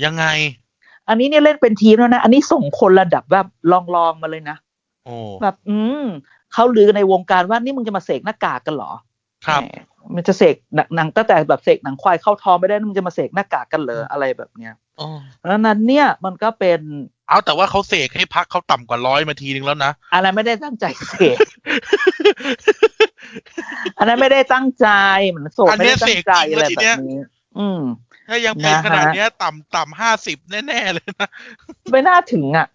Speaker 2: ยังไง
Speaker 3: อันนี้เนี่ยเล่นเป็นทีมแล้วนะ อันนี้ส่งคนระดับแบบลองๆมาเลยนะแบบอืมเขาลือในวงการว่านี่มึงจะมาเสกหน้ากากกันเหรอ
Speaker 2: ครับ
Speaker 3: มันจะเสกหนังตั้งแต่แบบเสกหนังควายเข้าท้องไม่ได้มึงจะมาเสกหน้ากากกันเหรออะไรแบบเนี้ยเพราะนั้นเนี่ยมันก็เป็น
Speaker 2: เอาแต่ว่าเขาเสกให้พักเขาต่ำกว่าร้อยมาทีนึงแล้วนะ
Speaker 3: อะไรไม่ได้ตั้งใจเสก *laughs* อันนั้นไม่ได้ตั้งใจเหมือนโสดไม่ได้ตั้งใจอะไรแบบนี้ อืม
Speaker 2: ถ้ายังเป็นขนาดนี้ต่ำต่ำห้าสิบแน่ๆเลยนะ
Speaker 3: ไม่น่าถึงอ่ะ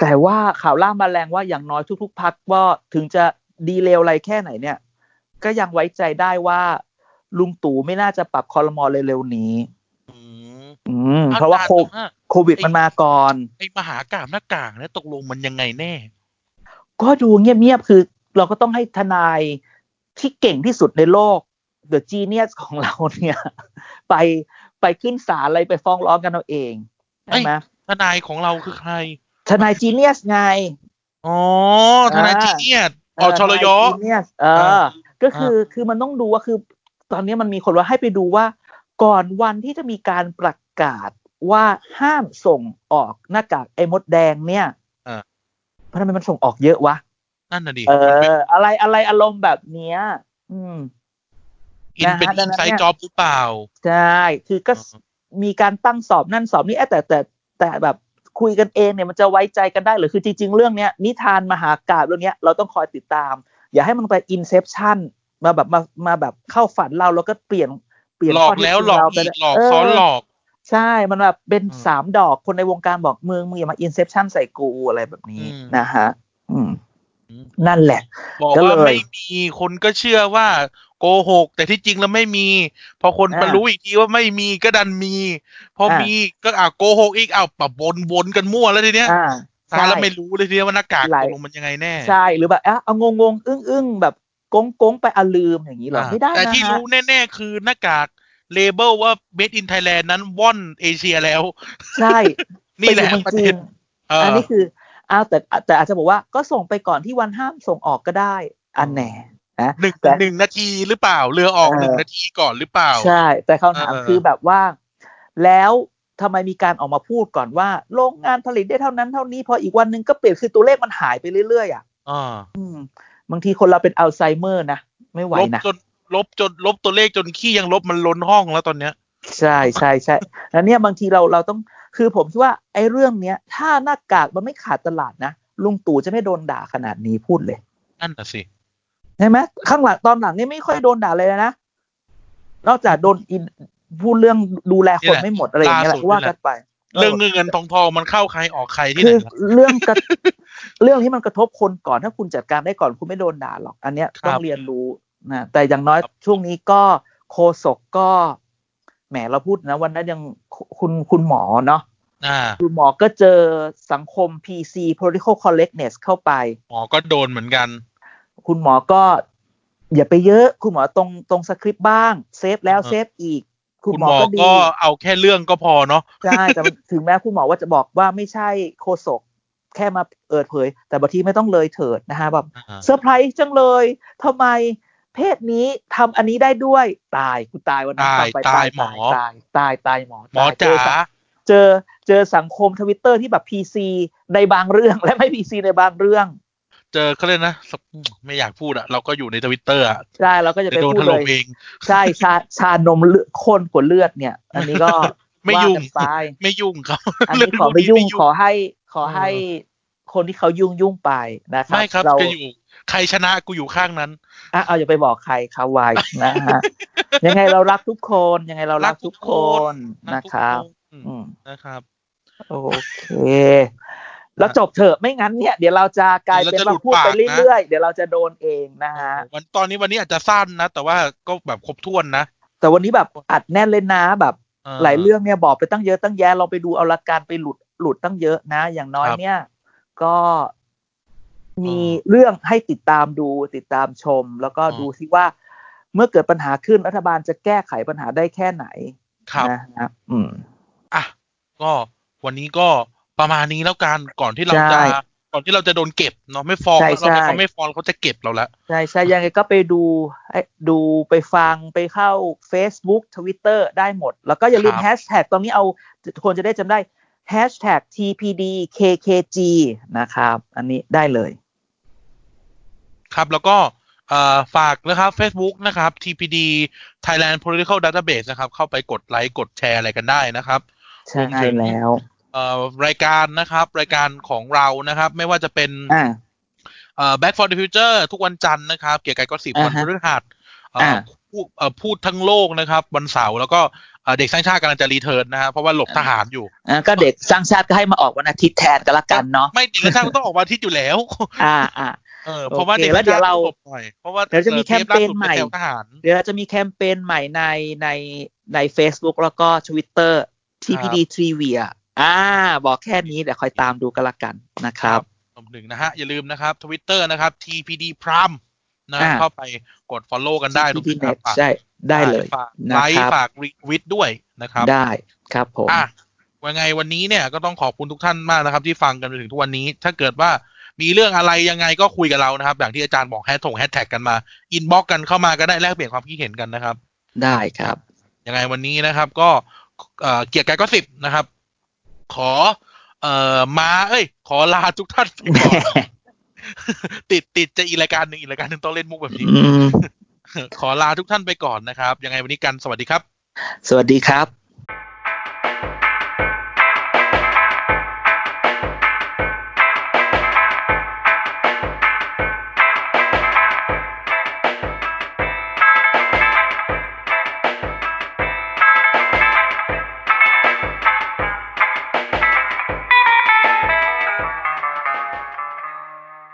Speaker 3: แต่ว่าข่าวล่ามาแรงว่าอย่างน้อยทุก ๆ พักว่าถึงจะดีเลวอะไรแค่ไหนเนี่ย ก็ยังไว้ใจได้ว่า ลุงตู่ไม่น่าจะปรับคอรมอลเร็วๆนี้
Speaker 2: อืม
Speaker 3: อืมเพราะว่าโค
Speaker 2: แต่
Speaker 3: โควิดมันมาก่อน
Speaker 2: ไอ้มหากาบหน้ากากเนี่ยตกลงมันยังไงแน่
Speaker 3: ก็ดูเงียบๆ คือเราก็ต้องให้ทนายที่เก่งที่สุดในโลก The Genius ของเราเนี่ย *laughs* ไปไปขึ้นศาลอะไรไปฟ้องร้องกันเอาเอง ใช่ไหม
Speaker 2: ทนายของเราคือใคร
Speaker 3: ทนาย Genius ไง
Speaker 2: อ๋อ ทนาย
Speaker 3: อ่า
Speaker 2: จีเนียสอ๋อชลยอ
Speaker 3: ทนาย Genius เอ
Speaker 2: เอ
Speaker 3: อ
Speaker 2: อ
Speaker 3: ก็คือคือมันต้องดูว่าคือ ตอนนี้มันมีคนว่าให้ไปดูว่า ก่อนวันที่จะมีการประกาศว่าห้ามส่งออกหน้ากากไอ้มดแดงเนี่ย
Speaker 2: เออ
Speaker 3: ทำไมมันส่งออกเยอะวะ
Speaker 2: นั่นน่ะดิ
Speaker 3: เอ
Speaker 2: มันเป็น
Speaker 3: อ อะไรอะไรอารมณ์แบบเนี้ย อืม
Speaker 2: อินเป็น
Speaker 3: นะฮะ
Speaker 2: อิน
Speaker 3: ดังนั้น
Speaker 2: ไซ
Speaker 3: เนี่ย
Speaker 2: ต์จ็อบหรือเปล่า
Speaker 3: ใช่คือก็มีการตั้งสอบนั่นสอบนี่เอ๊ะแต่แต่แต่แบบคุยกันเองเนี่ยมันจะไว้ใจกันได้หรือคือจริง ๆ เรื่องเนี้ยนิทานมหากาบเรื่องเนี้ยเราต้องคอยติดตาม อย่าให้มันไปอินเซพชันมาแบบมามาแบบเข้าฝันเราแล้วก็เปลี่ยนเปลี่ยน
Speaker 2: หลอก
Speaker 3: ข้เท็จ
Speaker 2: แล้ว
Speaker 3: จริง
Speaker 2: หลอก
Speaker 3: เราไป
Speaker 2: อีกหลอก
Speaker 3: เ
Speaker 2: ซ้อนหลอก
Speaker 3: ใช่มันแบบเป็น
Speaker 2: อืม
Speaker 3: สามดอกคนในวงการบอกมึงมึงอย่ามาอินเซพชันใส่กูอะไรแบบนี้
Speaker 2: อืม
Speaker 3: นะฮะอืม นั่นแหละ
Speaker 2: บอก
Speaker 3: ก็เลย
Speaker 2: ว่าไม่มีคนก็เชื่อว่าโกหก แต่ที่จริงแล้วไม่มี พอคน
Speaker 3: อ่า
Speaker 2: ไปรู้อีกทีว่าไม่มีก็ดันมี พออา
Speaker 3: มี
Speaker 2: มีก็อ่าโกหกอีกอ้าวปะบนวนกันมั่วแล้วทีเนี้ย
Speaker 3: อ่า
Speaker 2: ตายแล้ว
Speaker 3: ใช่
Speaker 2: ไม่รู้เลยทีเนี้ยว่าหน้ากาก
Speaker 3: ห
Speaker 2: ต
Speaker 3: ลาย
Speaker 2: กลงมันยังไงแน่
Speaker 3: ใช่หรือแบบเอะเอางงงๆอึ้งอึ้งๆแบบโกงโกงๆไปอะลืมอย่างนี้เหรอ
Speaker 2: อ่า
Speaker 3: ไม่ได้นะ
Speaker 2: แต่ที่
Speaker 3: ฮะ
Speaker 2: รู้แน่ๆคือหน้ากากเลเบลว่า made in Thailand นั้นว่อนเอเชียแล้ว
Speaker 3: ใช่
Speaker 2: *laughs* นี่แหละ
Speaker 3: ไปอยู่
Speaker 2: ป
Speaker 3: เมือง
Speaker 2: ระ
Speaker 3: จี
Speaker 2: เด็
Speaker 3: น
Speaker 2: นเออ
Speaker 3: อั
Speaker 2: อั
Speaker 3: นนี้คือเอาแต่แต่อาจจะบอกว่าก็ส่งไปก่อนที่วันห้ามส่งออกก็ได้ อันแน่นะ
Speaker 2: หนึ่ง
Speaker 3: แต่
Speaker 2: หนึ่งนาทีหรือเปล่า เรือออก
Speaker 3: เออ
Speaker 2: หนึ่งนาทีก่อนหรือเปล่า
Speaker 3: ใช่ แต่คำถาม
Speaker 2: เออ
Speaker 3: คือแบบว่า แล้วทำไมมีการออกมาพูดก่อนว่า โรงงานผลิตได้เท่านั้นเท่านี้พออีกวันหนึ่งก็เปลี่ยนคือตัวเลขมันหายไปเรื่อยๆอ่ะ
Speaker 2: อ่า
Speaker 3: อืมบางทีคนเราเป็นอัลไซเมอร์นะไม่ไหว
Speaker 2: ลบ
Speaker 3: นะ
Speaker 2: จนลบจนลบตัวเลขจนขี้ยังลบมันล้นห้องแล้วตอนเนี้ย
Speaker 3: ใช่ใช่ใช่ แล้วเนี่ยบางทีเราเราต้องคือผมคิดว่าไอ้เรื่องเนี้ย ถ้าหน้ากากมันไม่ขาดตลาดนะลุงตู่จะไม่โดนด่าขนาดนี้พูดเลย
Speaker 2: นั่นน่ะสิ
Speaker 3: ใช่ไหมข้างหลังตอนหลังนี่ไม่ค่อยโดนด่าเลยนะนอกจากโดนอินพูดเรื่องดูแลคนไม่หมดอะไรอย่างเงี้ยแห
Speaker 2: ล่าสุด
Speaker 3: ละว่ากันไป
Speaker 2: เรื่องเงินเงินทองทองมันเข้าใครออกใครที่ไห
Speaker 3: คื
Speaker 2: น
Speaker 3: อ
Speaker 2: ล่ะ
Speaker 3: เรื่องกระ *laughs* เรื่องที่มันกระทบคนก่อนถ้าคุณจัดการได้ก่อนคุณไม่โดนด่าหรอกอันเนี้ย
Speaker 2: ครับ
Speaker 3: ต้องเรียนรู้นะแต่อย่างน้อยช่วงนี้ก็โคศกก็แหมเราพูดนะวันนั้นยังคุณคุณหมอเนาะ
Speaker 2: อ่า
Speaker 3: คุณหมอก็เจอสังคม PC political correctness เข้าไป
Speaker 2: หมอก็โดนเหมือนกัน
Speaker 3: คุณหมอก็ อย่าไปเยอะ คุณหมอตรงตรงสคริปต์บ้าง เซฟแล้วเซฟอีก คุณ
Speaker 2: คุณ
Speaker 3: หมอ
Speaker 2: หมอ
Speaker 3: ก็ดี
Speaker 2: ก็เอาแค่เรื่องก็พอเนาะ
Speaker 3: ใช่แต่มันถึงแม้คุณหมอว่าจะบอกว่าไม่ใช่โคศก แค่มาเอิดเผย แต่บางทีไม่ต้องเลยเถิดนะฮะแบบ
Speaker 2: อ่า
Speaker 3: เซอร์ไพรส์จังเลยทำไมเพศนี้ทำอันนี้ได้ด้วยตายคุณตายวันนั้น
Speaker 2: ตาย
Speaker 3: ฟังไป
Speaker 2: ตายหมอ
Speaker 3: ตายตายตายหมอ
Speaker 2: หมอ
Speaker 3: ตย
Speaker 2: จ๋า
Speaker 3: เสัง เจอเจอสังคมทวิตเตอร์ที่แบบ PC ในบางเรื่อง *laughs* และไม่ PC ในบางเรื่อง
Speaker 2: เจอเขาเลยกนะสปไม่อยากพูดอะเราก็อยู่ในทวิตเตอร์อะ
Speaker 3: ใช่เราก็จะ
Speaker 2: จะ
Speaker 3: ไป
Speaker 2: โดน
Speaker 3: พูด
Speaker 2: ถ
Speaker 3: เล
Speaker 2: ล่ม
Speaker 3: ย
Speaker 2: เอง
Speaker 3: ใช่ชาชานมเลือดข้นกว่าเลือดเนี่ย อันนี้ก็
Speaker 2: ไม่
Speaker 3: ว่า
Speaker 2: ยุ่ง
Speaker 3: กัน
Speaker 2: *laughs*
Speaker 3: ไป
Speaker 2: ไม่ยุ่งเขา
Speaker 3: อัน
Speaker 2: เรื่
Speaker 3: นี้ขอไป
Speaker 2: พวกนี้
Speaker 3: ยุ่ง
Speaker 2: ไม่
Speaker 3: ขอให้ขอให้คนที่เขายุ่งยุ่งไปนะครับ
Speaker 2: ไม่ครับ
Speaker 3: เรา
Speaker 2: จะอยู่ใครชนะกูอยู่ข้างนั้น
Speaker 3: อ่ะเอาอย่าไปบอกใครครับไวนะ
Speaker 2: *laughs*
Speaker 3: ฮะ ยังไงเรารักทุกคน ยังไงเรารักทุกคนนะครับ
Speaker 2: อืม
Speaker 3: อืม
Speaker 2: นะครับ
Speaker 3: โอเค แล้วจบเถอะไม่งั้นเนี่ย เดี๋ยวเราจะกลายเป็น
Speaker 2: เดี๋ยวเราจะ
Speaker 3: เราพูด
Speaker 2: หลุดปาก
Speaker 3: ไป
Speaker 2: นะ
Speaker 3: เรื่อยๆ เดี๋ยวเราจะโดนเองนะฮะ
Speaker 2: วันตอนนี้วันนี้อาจจะสั้นนะ แต่ว่าก็แบบครบถ้วนนะ
Speaker 3: แต่วันนี้แบบอัดแน่นเลยนะแบบ หลายเรื่องเนี่ยบอกไปตั้งเยอะตั้งแยะลองไปดูเอาละการไปหลุดหลุดตั้งเยอะนะ อย่างน้อยเนี่ย ก็มีเรื่องให้ติดตามดูติดตามชม แล้วก็ดูซิว่า เมื่อเกิดปัญหาขึ้นรัฐบาลจะแก้ไขปัญหาได้แค่ไหน
Speaker 2: ครับ
Speaker 3: นะฮะอืม
Speaker 2: อ่ะก็วันนี้ก็ประมาณนี้แล้วกันก่อนที่เรา
Speaker 3: ใช่
Speaker 2: จะก่อนที่เราจะโดนเก็บเนาะไม่ฟ้อง
Speaker 3: ใช่
Speaker 2: แล้วเราไม่
Speaker 3: ใช่
Speaker 2: เขาไม่ฟ้องเขาจะเก็บเราละ
Speaker 3: ใช่ใช่ยังไงก็ไปดูไอ้ดูไปฟังไปเข้า Facebook Twitter ได้หมด แล้วก็อย่าลืมแฮชแท็กตอนนี้เอาคนจะได้จำได้แฮชแท็ก TPDKKG นะครับ อันนี้ได้เลย
Speaker 2: ครับ แล้วก็เอ่อฝากนะครับ Facebook นะครับ TPD Thailand Political Database นะครับ เข้าไปกดไลค์กดแชร์อะไรกันได้นะครับ
Speaker 3: ใช่แล้ว
Speaker 2: เอ่อรายการนะครับ รายการของเรานะครับ ไม่ว่าจะเป็น
Speaker 3: อ่า
Speaker 2: เอ่อ Back for the Future ทุกวันจันทร์นะครับ เกี่ยวกับก็สิบ
Speaker 3: อ่า
Speaker 2: วัน
Speaker 3: ฮะ
Speaker 2: พฤหัสเอ่ออาพูดเอ่อพูดทั้งโลกนะครับ วันเสาร์แล้วก็เอ่อเด็กสร้างชาติกำลังจะรีเทิร์นนะฮะเพราะว่าหลบ
Speaker 3: อ่า
Speaker 2: ทหารอยู่
Speaker 3: อ่าก็เด็กสร้างชาติก็ให้มาออกวันอาทิตย์แทนกันละกันเนาะ
Speaker 2: ไม่เด็กสร้างชาติก็ต้องออกวันอาทิตย์อยู่แล้ว
Speaker 3: อ่าอ่า
Speaker 2: เออเพราะว่า
Speaker 3: โอเคแล้วเดี๋ยวเรา
Speaker 2: หลบหน่อยเพราะว่า
Speaker 3: เดี๋ยวจะมีแคมเปญใหม่
Speaker 2: เทปล่าสุดเป็นแนวทหาร
Speaker 3: เดี๋ยวเราจะมีแคมเปญใหม่ในในใน Facebook แล้วก็ Twitter TPD Trivia อ่า บอกแค่นี้เดี๋ยวคอยตามดูกันละกันนะครับ
Speaker 2: รวมถึงนะฮะ อย่าลืมนะครับทวิตเตอร์นะครับ TPD Prime นะฮะ
Speaker 3: อ่า
Speaker 2: เข้าไปกด Follow กันได้
Speaker 3: TPD
Speaker 2: รวมถึงนะ
Speaker 3: Net
Speaker 2: ฝาก
Speaker 3: ใช่ได้เลย
Speaker 2: ฝาก
Speaker 3: นะ
Speaker 2: ไลค์
Speaker 3: ครับ
Speaker 2: ฝากรีวิทด้วยนะครับ
Speaker 3: ได้ครับผม
Speaker 2: อ่ะวันไงวันนี้เนี่ยก็ต้องขอบคุณทุกท่านมากนะครับ ที่ฟังกันจนถึงทุกวันนี้ ถ้าเกิดว่ามีเรื่องอะไรยังไงก็คุยกับเรานะครับ อย่างที่อาจารย์บอกแฮชทงแฮชแท็กกันมาอินบ็อกกันเข้ามาก็ได้แลกเปลี่ยนความคิดเห็นกันนะครับ
Speaker 3: ได้ครับ
Speaker 2: ยังไงวันนี้นะครับ ก็เอ่อเกียร์กายก็สิบนะครับ ขอ เอ่อมาเอ้ย ขอลาทุกท่านไปก่อน
Speaker 3: *laughs*
Speaker 2: ติดติดจะอีกรายการหนึ่งอีกรายการหนึ่งต้องเล่นมุกแบบนี้
Speaker 3: อืม
Speaker 2: ขอลาทุกท่านไปก่อนนะครับ ยังไงวันนี้กันสวัสดีครับ
Speaker 3: สวัสดีครับ